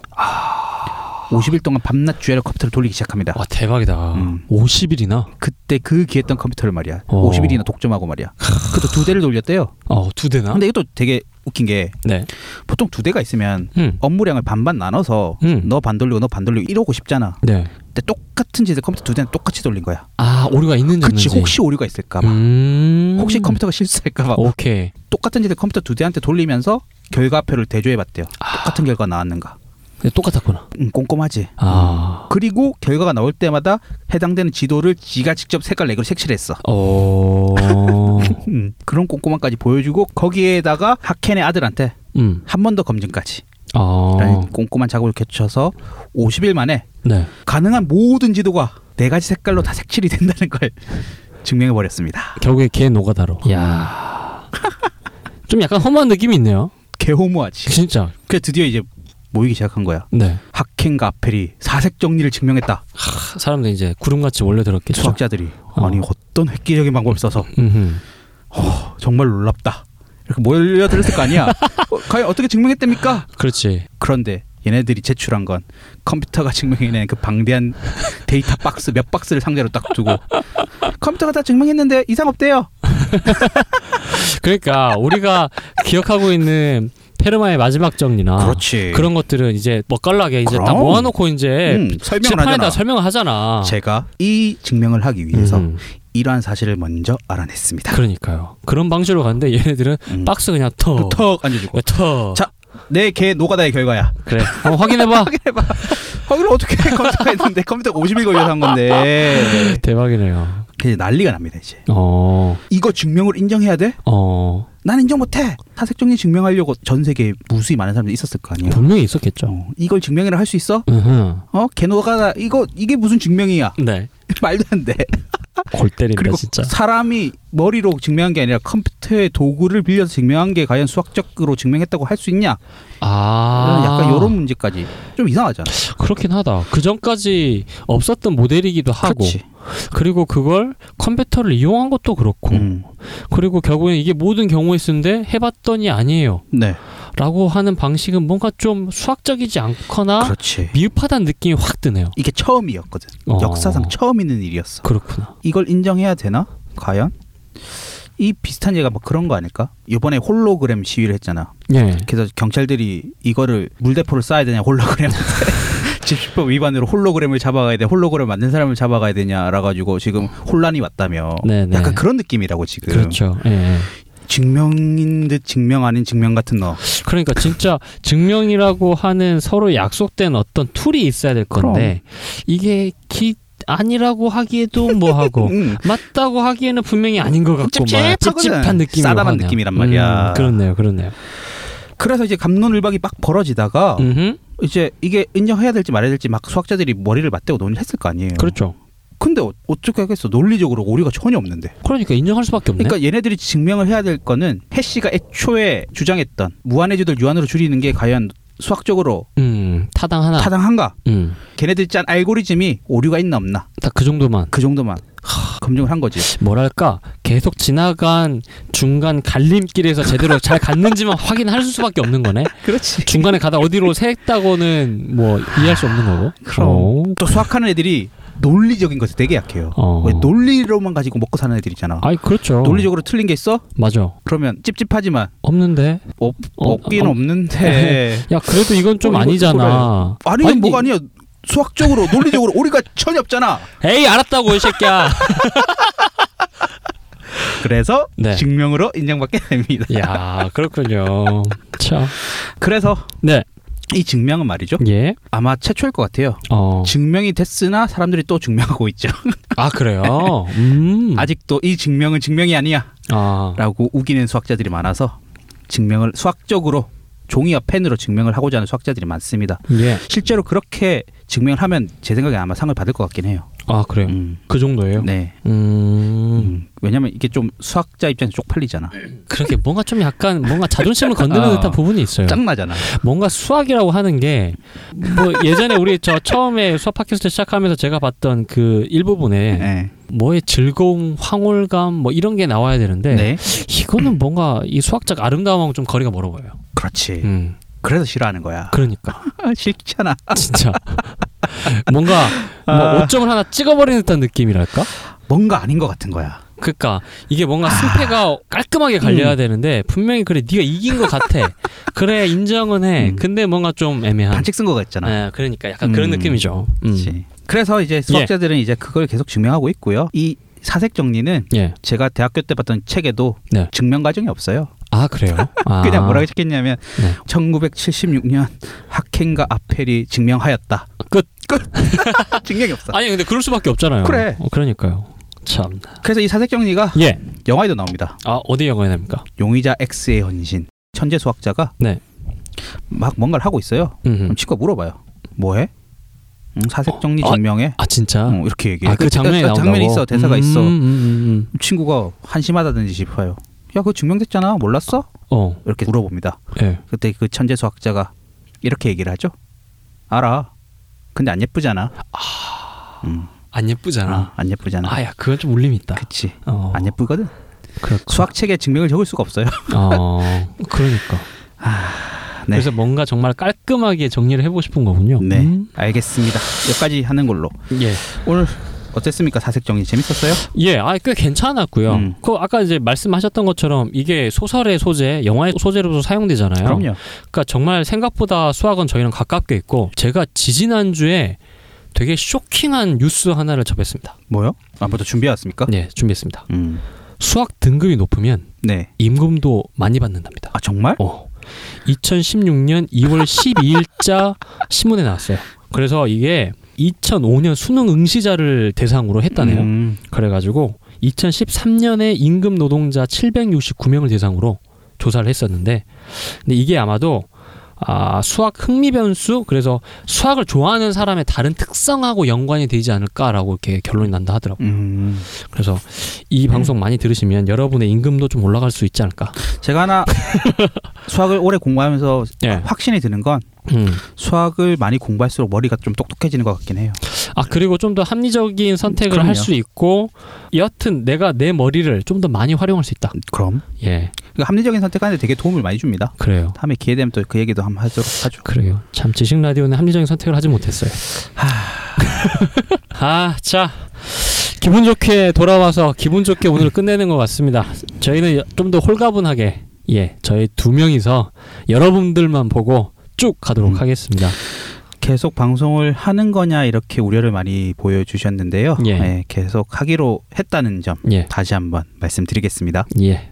S3: 50일 동안 밤낮 주야로 컴퓨터를 돌리기 시작합니다.
S2: 아. 와 대박이다.
S3: 음.
S2: 50일이나?
S3: 그때 그 귀했던 컴퓨터를 말이야.
S2: 어.
S3: 50일이나 독점하고 말이야. 그것도 두 대를 돌렸대요.
S2: 어, 두 대나?
S3: 근데 이것도 되게 웃긴 게
S2: 네.
S3: 보통 두 대가 있으면
S2: 음.
S3: 업무량을 반반 나눠서
S2: 음.
S3: 너 반 돌리고 너 반 돌리고 이러고 싶잖아.
S2: 네.
S3: 근데 똑같은 짓을 컴퓨터 두 대는 똑같이 돌린 거야.
S2: 아, 오류가 있는지
S3: 그치
S2: 없는지.
S3: 혹시 오류가 있을까봐
S2: 음.
S3: 혹시 컴퓨터가 실수할까봐
S2: 오케이.
S3: 똑같은 짓을 컴퓨터 두 대한테 돌리면서 결과표를 대조해봤대요
S2: 아.
S3: 똑같은 결과 나왔는가
S2: 근데 똑같았구나.
S3: 음, 꼼꼼하지
S2: 아.
S3: 그리고 결과가 나올 때마다 해당되는 지도를 지가 직접 색깔 렉으로 색칠했어
S2: 어.
S3: 음, 그런 꼼꼼함까지 보여주고 거기에다가 하켄의 아들한테
S2: 음.
S3: 한 번 더 검증까지
S2: 어.
S3: 라는 꼼꼼한 작업을 거쳐서 50일 만에
S2: 네.
S3: 가능한 모든 지도가 네 가지 색깔로 다 색칠이 된다는 걸 증명해 버렸습니다.
S2: 결국에 걔 노가다로. 야. 예. 좀 약간 허무한 느낌이 있네요.
S3: 개호무하지.
S2: 예. 진짜.
S3: 그래 드디어 이제 모이기 시작한 거야.
S2: 네.
S3: 하켄과 아펠이 사색 정리를 증명했다.
S2: 사람들 이제 구름같이 몰려들었겠죠.
S3: 수학자들이
S2: 어.
S3: 아니 어떤 획기적인 방법을 써서
S2: 음흠.
S3: 정말 놀랍다. 이렇게 몰려들었을 거 아니야. 어, 과연 어떻게 증명했답니까?
S2: 그렇지.
S3: 그런데 얘네들이 제출한 건 컴퓨터가 증명해낸 그 방대한 데이터 박스 몇 박스를 상대로 딱 두고 컴퓨터가 다 증명했는데 이상 없대요.
S2: 그러니까 우리가 기억하고 있는 페르마의 마지막 정리나
S3: 그렇지.
S2: 아, 그런 것들은 이제 먹갈나게 이제 딱
S3: 그럼.
S2: 모아놓고 이제
S3: 음, 설명을
S2: 칠판에다
S3: 하잖아.
S2: 설명을 하잖아.
S3: 제가 이 증명을 하기 위해서
S2: 음,
S3: 이러한 사실을 먼저 알아냈습니다.
S2: 그러니까요. 그런 방식으로 갔는데 얘네들은
S3: 음.
S2: 박스 그냥 터.
S3: 턱 앉아주고
S2: 왜 터.
S3: 자, 내 개 노가다의 결과야.
S2: 그래. 한번 확인해봐.
S3: 확인해봐. 확인을 어떻게 해? 컴퓨터가 했는데 컴퓨터가 50일 걸려서 한 건데
S2: 대박이네요.
S3: 이제 난리가 납니다 이제.
S2: 어,
S3: 이거 증명을 인정해야 돼?
S2: 어,
S3: 난 인정 못해. 사색정리 증명하려고 전 세계에 무수히 많은 사람들이 있었을 거 아니야.
S2: 분명히 있었겠죠.
S3: 어, 이걸 증명이라 할 수 있어?
S2: 음. 으흠.
S3: 어? 개노가다 이거 이게 무슨 증명이야?
S2: 네.
S3: 말도 안 돼.
S2: 골 때린다 그러니까
S3: 그리고
S2: 진짜.
S3: 사람이 머리로 증명한 게 아니라 컴퓨터의 도구를 빌려서 증명한 게 과연 수학적으로 증명했다고 할 수 있냐?
S2: 아,
S3: 약간 이런 문제까지 좀 이상하잖아.
S2: 그렇긴 하다. 그 전까지 없었던 모델이기도 하고,
S3: 그렇지.
S2: 그리고 그걸 컴퓨터를 이용한 것도 그렇고,
S3: 음.
S2: 그리고 결국엔 이게 모든 경우에 쓰는데 해봤더니 아니에요.
S3: 네.
S2: 라고 하는 방식은 뭔가 좀 수학적이지 않거나
S3: 그렇지.
S2: 미흡하다는 느낌이 확 드네요.
S3: 이게 처음이었거든.
S2: 어.
S3: 역사상 처음 있는 일이었어.
S2: 그렇구나.
S3: 이걸 인정해야 되나? 과연? 이 비슷한 예가 막 그런 거 아닐까? 이번에 홀로그램 시위를 했잖아.
S2: 예.
S3: 그래서 경찰들이 이거를 물대포를 쏴야 되냐 홀로그램 집시법 위반으로 홀로그램을 잡아가야 돼 홀로그램 만든 사람을 잡아가야 되냐라 가지고 지금 혼란이 왔다며
S2: 네네.
S3: 약간 그런 느낌이라고 지금
S2: 그렇죠. 예, 예.
S3: 증명인 듯 증명 아닌 증명 같은 너
S2: 그러니까 진짜 증명이라고 하는 서로 약속된 어떤 툴이 있어야 될 건데 이게 기 아니라고 하기에도 뭐하고
S3: 응.
S2: 맞다고 하기에는 분명히 아닌 것 같고 막
S3: 찝찝하거든.
S2: 찝찝한 음, 느낌이
S3: 싸다란 느낌이란 말이야.
S2: 그렇네요, 그렇네요.
S3: 그래서 이제 갑론을박이 막 벌어지다가
S2: 음흠.
S3: 이제 이게 인정해야 될지 말아야 될지 막 수학자들이 머리를 맞대고 논의를 했을 거 아니에요.
S2: 그렇죠.
S3: 근데 어, 어떻게 하겠어? 논리적으로 오류가 전혀 없는데.
S2: 그러니까 인정할 수밖에 없네.
S3: 그러니까 얘네들이 증명을 해야 될 거는 해시가 애초에 주장했던 무한해주들 유한으로 줄이는 게 과연 수학적으로
S2: 음, 타당 하나.
S3: 타당한가?
S2: 음,
S3: 걔네들이 짠 알고리즘이 오류가 있나 없나?
S2: 딱 그 정도만.
S3: 그 정도만 검증을 한 거지.
S2: 뭐랄까 계속 지나간 중간 갈림길에서 제대로 잘 갔는지만 확인할 수밖에 없는 거네.
S3: 그렇지.
S2: 중간에 가다 어디로 샜다고는 뭐 이해할 수 없는 거고.
S3: 그럼.
S2: 어.
S3: 또 수학하는 애들이 논리적인 것에 되게 약해요.
S2: 어.
S3: 왜 논리로만 가지고 먹고 사는 애들이잖아.
S2: 아이 그렇죠.
S3: 논리적으로 틀린 게 있어?
S2: 맞아.
S3: 그러면 찝찝하지만
S2: 없는데.
S3: 없,
S2: 어,
S3: 없긴
S2: 어.
S3: 없는데
S2: 야 그래도 이건 좀
S3: 어, 이거
S2: 아니잖아.
S3: 아니 이건 뭐가 아니야 수학적으로 논리적으로 오리가 전혀 없잖아
S2: 에이 알았다고 이 새끼야.
S3: 그래서
S2: 네.
S3: 증명으로 인정받게 됩니다
S2: 야 그렇군요. 자,
S3: 그래서
S2: 네,
S3: 이 증명은 말이죠
S2: 예,
S3: 아마 최초일 것 같아요
S2: 어,
S3: 증명이 됐으나 사람들이 또 증명하고 있죠
S2: 아 그래요. 음,
S3: 네. 아직도 이 증명은 증명이 아니야
S2: 아,
S3: 라고 우기는 수학자들이 많아서 증명을 수학적으로 종이와 펜으로 증명을 하고자 하는 수학자들이 많습니다
S2: 예,
S3: 실제로 그렇게 증명을 하면 제 생각에 아마 상을 받을 것 같긴 해요
S2: 아 그래요.
S3: 음.
S2: 그 정도예요.
S3: 네
S2: 음, 네.
S3: 음. 왜냐면 이게 좀 수학자 입장에서 쪽팔리잖아.
S2: 그렇게 뭔가 좀 약간 뭔가 자존심을 건드는
S3: 아.
S2: 듯한 부분이 있어요.
S3: 짱나잖아.
S2: 뭔가 수학이라고 하는 게 뭐 예전에 우리 저 처음에 수학 팟캐스트 시작하면서 제가 봤던 그 일부분에
S3: 네.
S2: 뭐의 즐거움, 황홀감 뭐 이런 게 나와야 되는데
S3: 네.
S2: 이거는 뭔가 이 수학적 아름다움하고 좀 거리가 멀어 보여요.
S3: 그렇지.
S2: 음,
S3: 그래서 싫어하는 거야.
S2: 그러니까
S3: 아, 싫잖아.
S2: 진짜 뭔가 뭐
S3: 아.
S2: 오점을 하나 찍어버리는 듯한 느낌이랄까.
S3: 뭔가 아닌 것 같은 거야.
S2: 그러니까 이게 뭔가
S3: 아.
S2: 승패가 깔끔하게
S3: 음.
S2: 갈려야 되는데 분명히 그래 네가 이긴 것 같아. 그래 인정은 해.
S3: 음.
S2: 근데 뭔가 좀 애매한.
S3: 반칙 쓴 거 같잖아.
S2: 네, 그러니까 약간 그런
S3: 음.
S2: 느낌이죠. 음. 예.
S3: 그렇지. 그래서 이제 수학자들은 이제 그걸 계속 증명하고 있고요. 이 사색 정리는
S2: 예.
S3: 제가 대학교 때 봤던 책에도
S2: 네.
S3: 증명 과정이 없어요.
S2: 아 그래요. 아.
S3: 그냥 뭐라고 적겠냐면
S2: 네.
S3: 1976년 하켄과 아펠이 증명하였다.
S2: 끝.
S3: 끝. 증명이 없어.
S2: 아니 근데 그럴 수밖에 없잖아요.
S3: 그래.
S2: 어, 그러니까요. 참.
S3: 그래서 이 사색 정리가
S2: 예.
S3: 영화에도 나옵니다.
S2: 아 어디 영화에 납니까?
S3: 용의자 X의 헌신. 천재 수학자가
S2: 네.
S3: 막 뭔가를 하고 있어요.
S2: 음.
S3: 그럼 치과 물어봐요. 뭐해? 응, 사색 정리
S2: 어, 아,
S3: 증명해.
S2: 아 진짜.
S3: 응, 음, 이렇게 얘기해.
S2: 아 그 장면이 나온다고.
S3: 장면이 있어. 대사가
S2: 음,
S3: 있어.
S2: 음, 음, 음.
S3: 친구가 한심하다든지 싶어요. 야, 그거 증명됐잖아. 몰랐어?
S2: 어.
S3: 이렇게 물어봅니다.
S2: 예.
S3: 그때 그 천재 수학자가 이렇게 얘기를 하죠. 알아. 근데 안 예쁘잖아. 음,
S2: 안
S3: 아,
S2: 예쁘잖아.
S3: 안 예쁘잖아.
S2: 아야 그건 좀 울림 있다.
S3: 그치.
S2: 어.
S3: 안 예쁘거든.
S2: 그렇고.
S3: 수학책에 증명을 적을 수가 없어요.
S2: 어. 그러니까. 아,
S3: 네.
S2: 그래서 뭔가 정말 깔끔하게 정리를 해보고 싶은 거군요.
S3: 네,
S2: 음.
S3: 알겠습니다. 여기까지 하는 걸로.
S2: 예.
S3: 오늘 어땠습니까? 사색 정리 재밌었어요?
S2: 예, 아, 꽤 괜찮았고요.
S3: 음.
S2: 그 아까 이제 말씀하셨던 것처럼 이게 소설의 소재, 영화의 소재로도 사용되잖아요.
S3: 그럼요.
S2: 그러니까 정말 생각보다 수학은 저희랑 가깝게 있고 제가 지지난 주에 되게 쇼킹한 뉴스 하나를 접했습니다.
S3: 뭐요? 아무튼 준비해 왔습니까?
S2: 네, 준비했습니다.
S3: 음.
S2: 수학 등급이 높으면
S3: 네.
S2: 임금도 많이 받는답니다.
S3: 아 정말?
S2: 어. 2016년 2월 12일자 신문에 나왔어요. 그래서 이게 2005년 수능 응시자를 대상으로 했다네요.
S3: 음.
S2: 그래가지고 2013년에 임금 노동자 769명을 대상으로 조사를 했었는데 근데 이게 아마도 아, 수학 흥미 변수 그래서 수학을 좋아하는 사람의 다른 특성하고 연관이 되지 않을까라고 이렇게 결론이 난다 하더라고요.
S3: 음.
S2: 그래서 이 방송 많이 들으시면 여러분의 임금도 좀 올라갈 수 있지 않을까.
S3: 제가 하나 수학을 오래 공부하면서
S2: 예.
S3: 확신이 드는 건
S2: 음.
S3: 수학을 많이 공부할수록 머리가 좀 똑똑해지는 것 같긴 해요.
S2: 아 그리고 좀 더 합리적인 선택을
S3: 그럼요.
S2: 할 수 있고 여하튼 내가 내 머리를 좀 더 많이 활용할 수 있다.
S3: 그럼
S2: 예.
S3: 그 합리적인 선택하는데 되게 도움을 많이 줍니다.
S2: 그래요.
S3: 다음에 기회 되면 또 그 얘기도 한번 하도록 하죠.
S2: 그래요. 참 지식 라디오는 합리적인 선택을 하지 못했어요. 아, 자. 기분 좋게 돌아와서 기분 좋게 오늘 끝내는 것 같습니다. 저희는 좀 더 홀가분하게 예, 저희 두 명이서 여러분들만 보고 쭉 가도록
S3: 음.
S2: 하겠습니다.
S3: 계속 방송을 하는 거냐 이렇게 우려를 많이 보여주셨는데요.
S2: 예.
S3: 예, 계속 하기로 했다는 점
S2: 예.
S3: 다시 한번 말씀드리겠습니다.
S2: 예.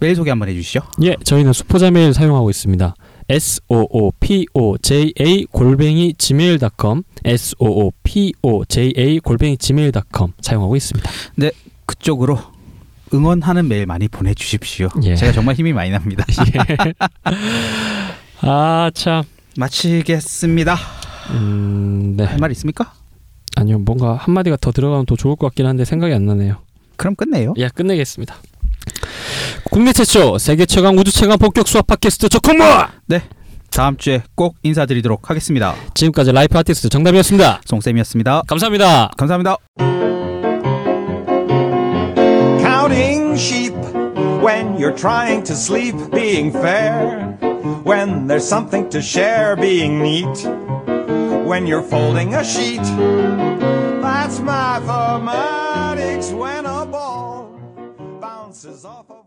S3: 메일 소개 한번 해주시죠.
S2: 예, 저희는 수포자 메일 사용하고 있습니다. s o o p o j a 골뱅이 gmail.com s o o p o j a 골뱅이 gmail.com 사용하고 있습니다.
S3: 그쪽으로 응원하는 메일 많이 보내주십시오.
S2: 예.
S3: 제가 정말 힘이 많이 납니다.
S2: 아 참.
S3: 마치겠습니다.
S2: 음, 네.
S3: 할 말 있습니까?
S2: 아니요 뭔가 한 마디가 더 들어가면 더 좋을 것 같긴 한데 생각이 안 나네요.
S3: 그럼 끝내요.
S2: 예 끝내겠습니다. 국내 최초, 세계 최강, 우주 최강 본격 수학 팟캐스트 적콩모.
S3: 네. 다음 주에 꼭 인사드리도록 하겠습니다.
S2: 지금까지 라이프 아티스트 정답이었습니다.
S3: 송쌤이었습니다.
S2: 감사합니다.
S3: 감사합니다.
S1: counting sheep when you're trying to sleep, being fair, when there's something to share, being neat, when you're folding a sheet. That's mathematics when a ball bounces off a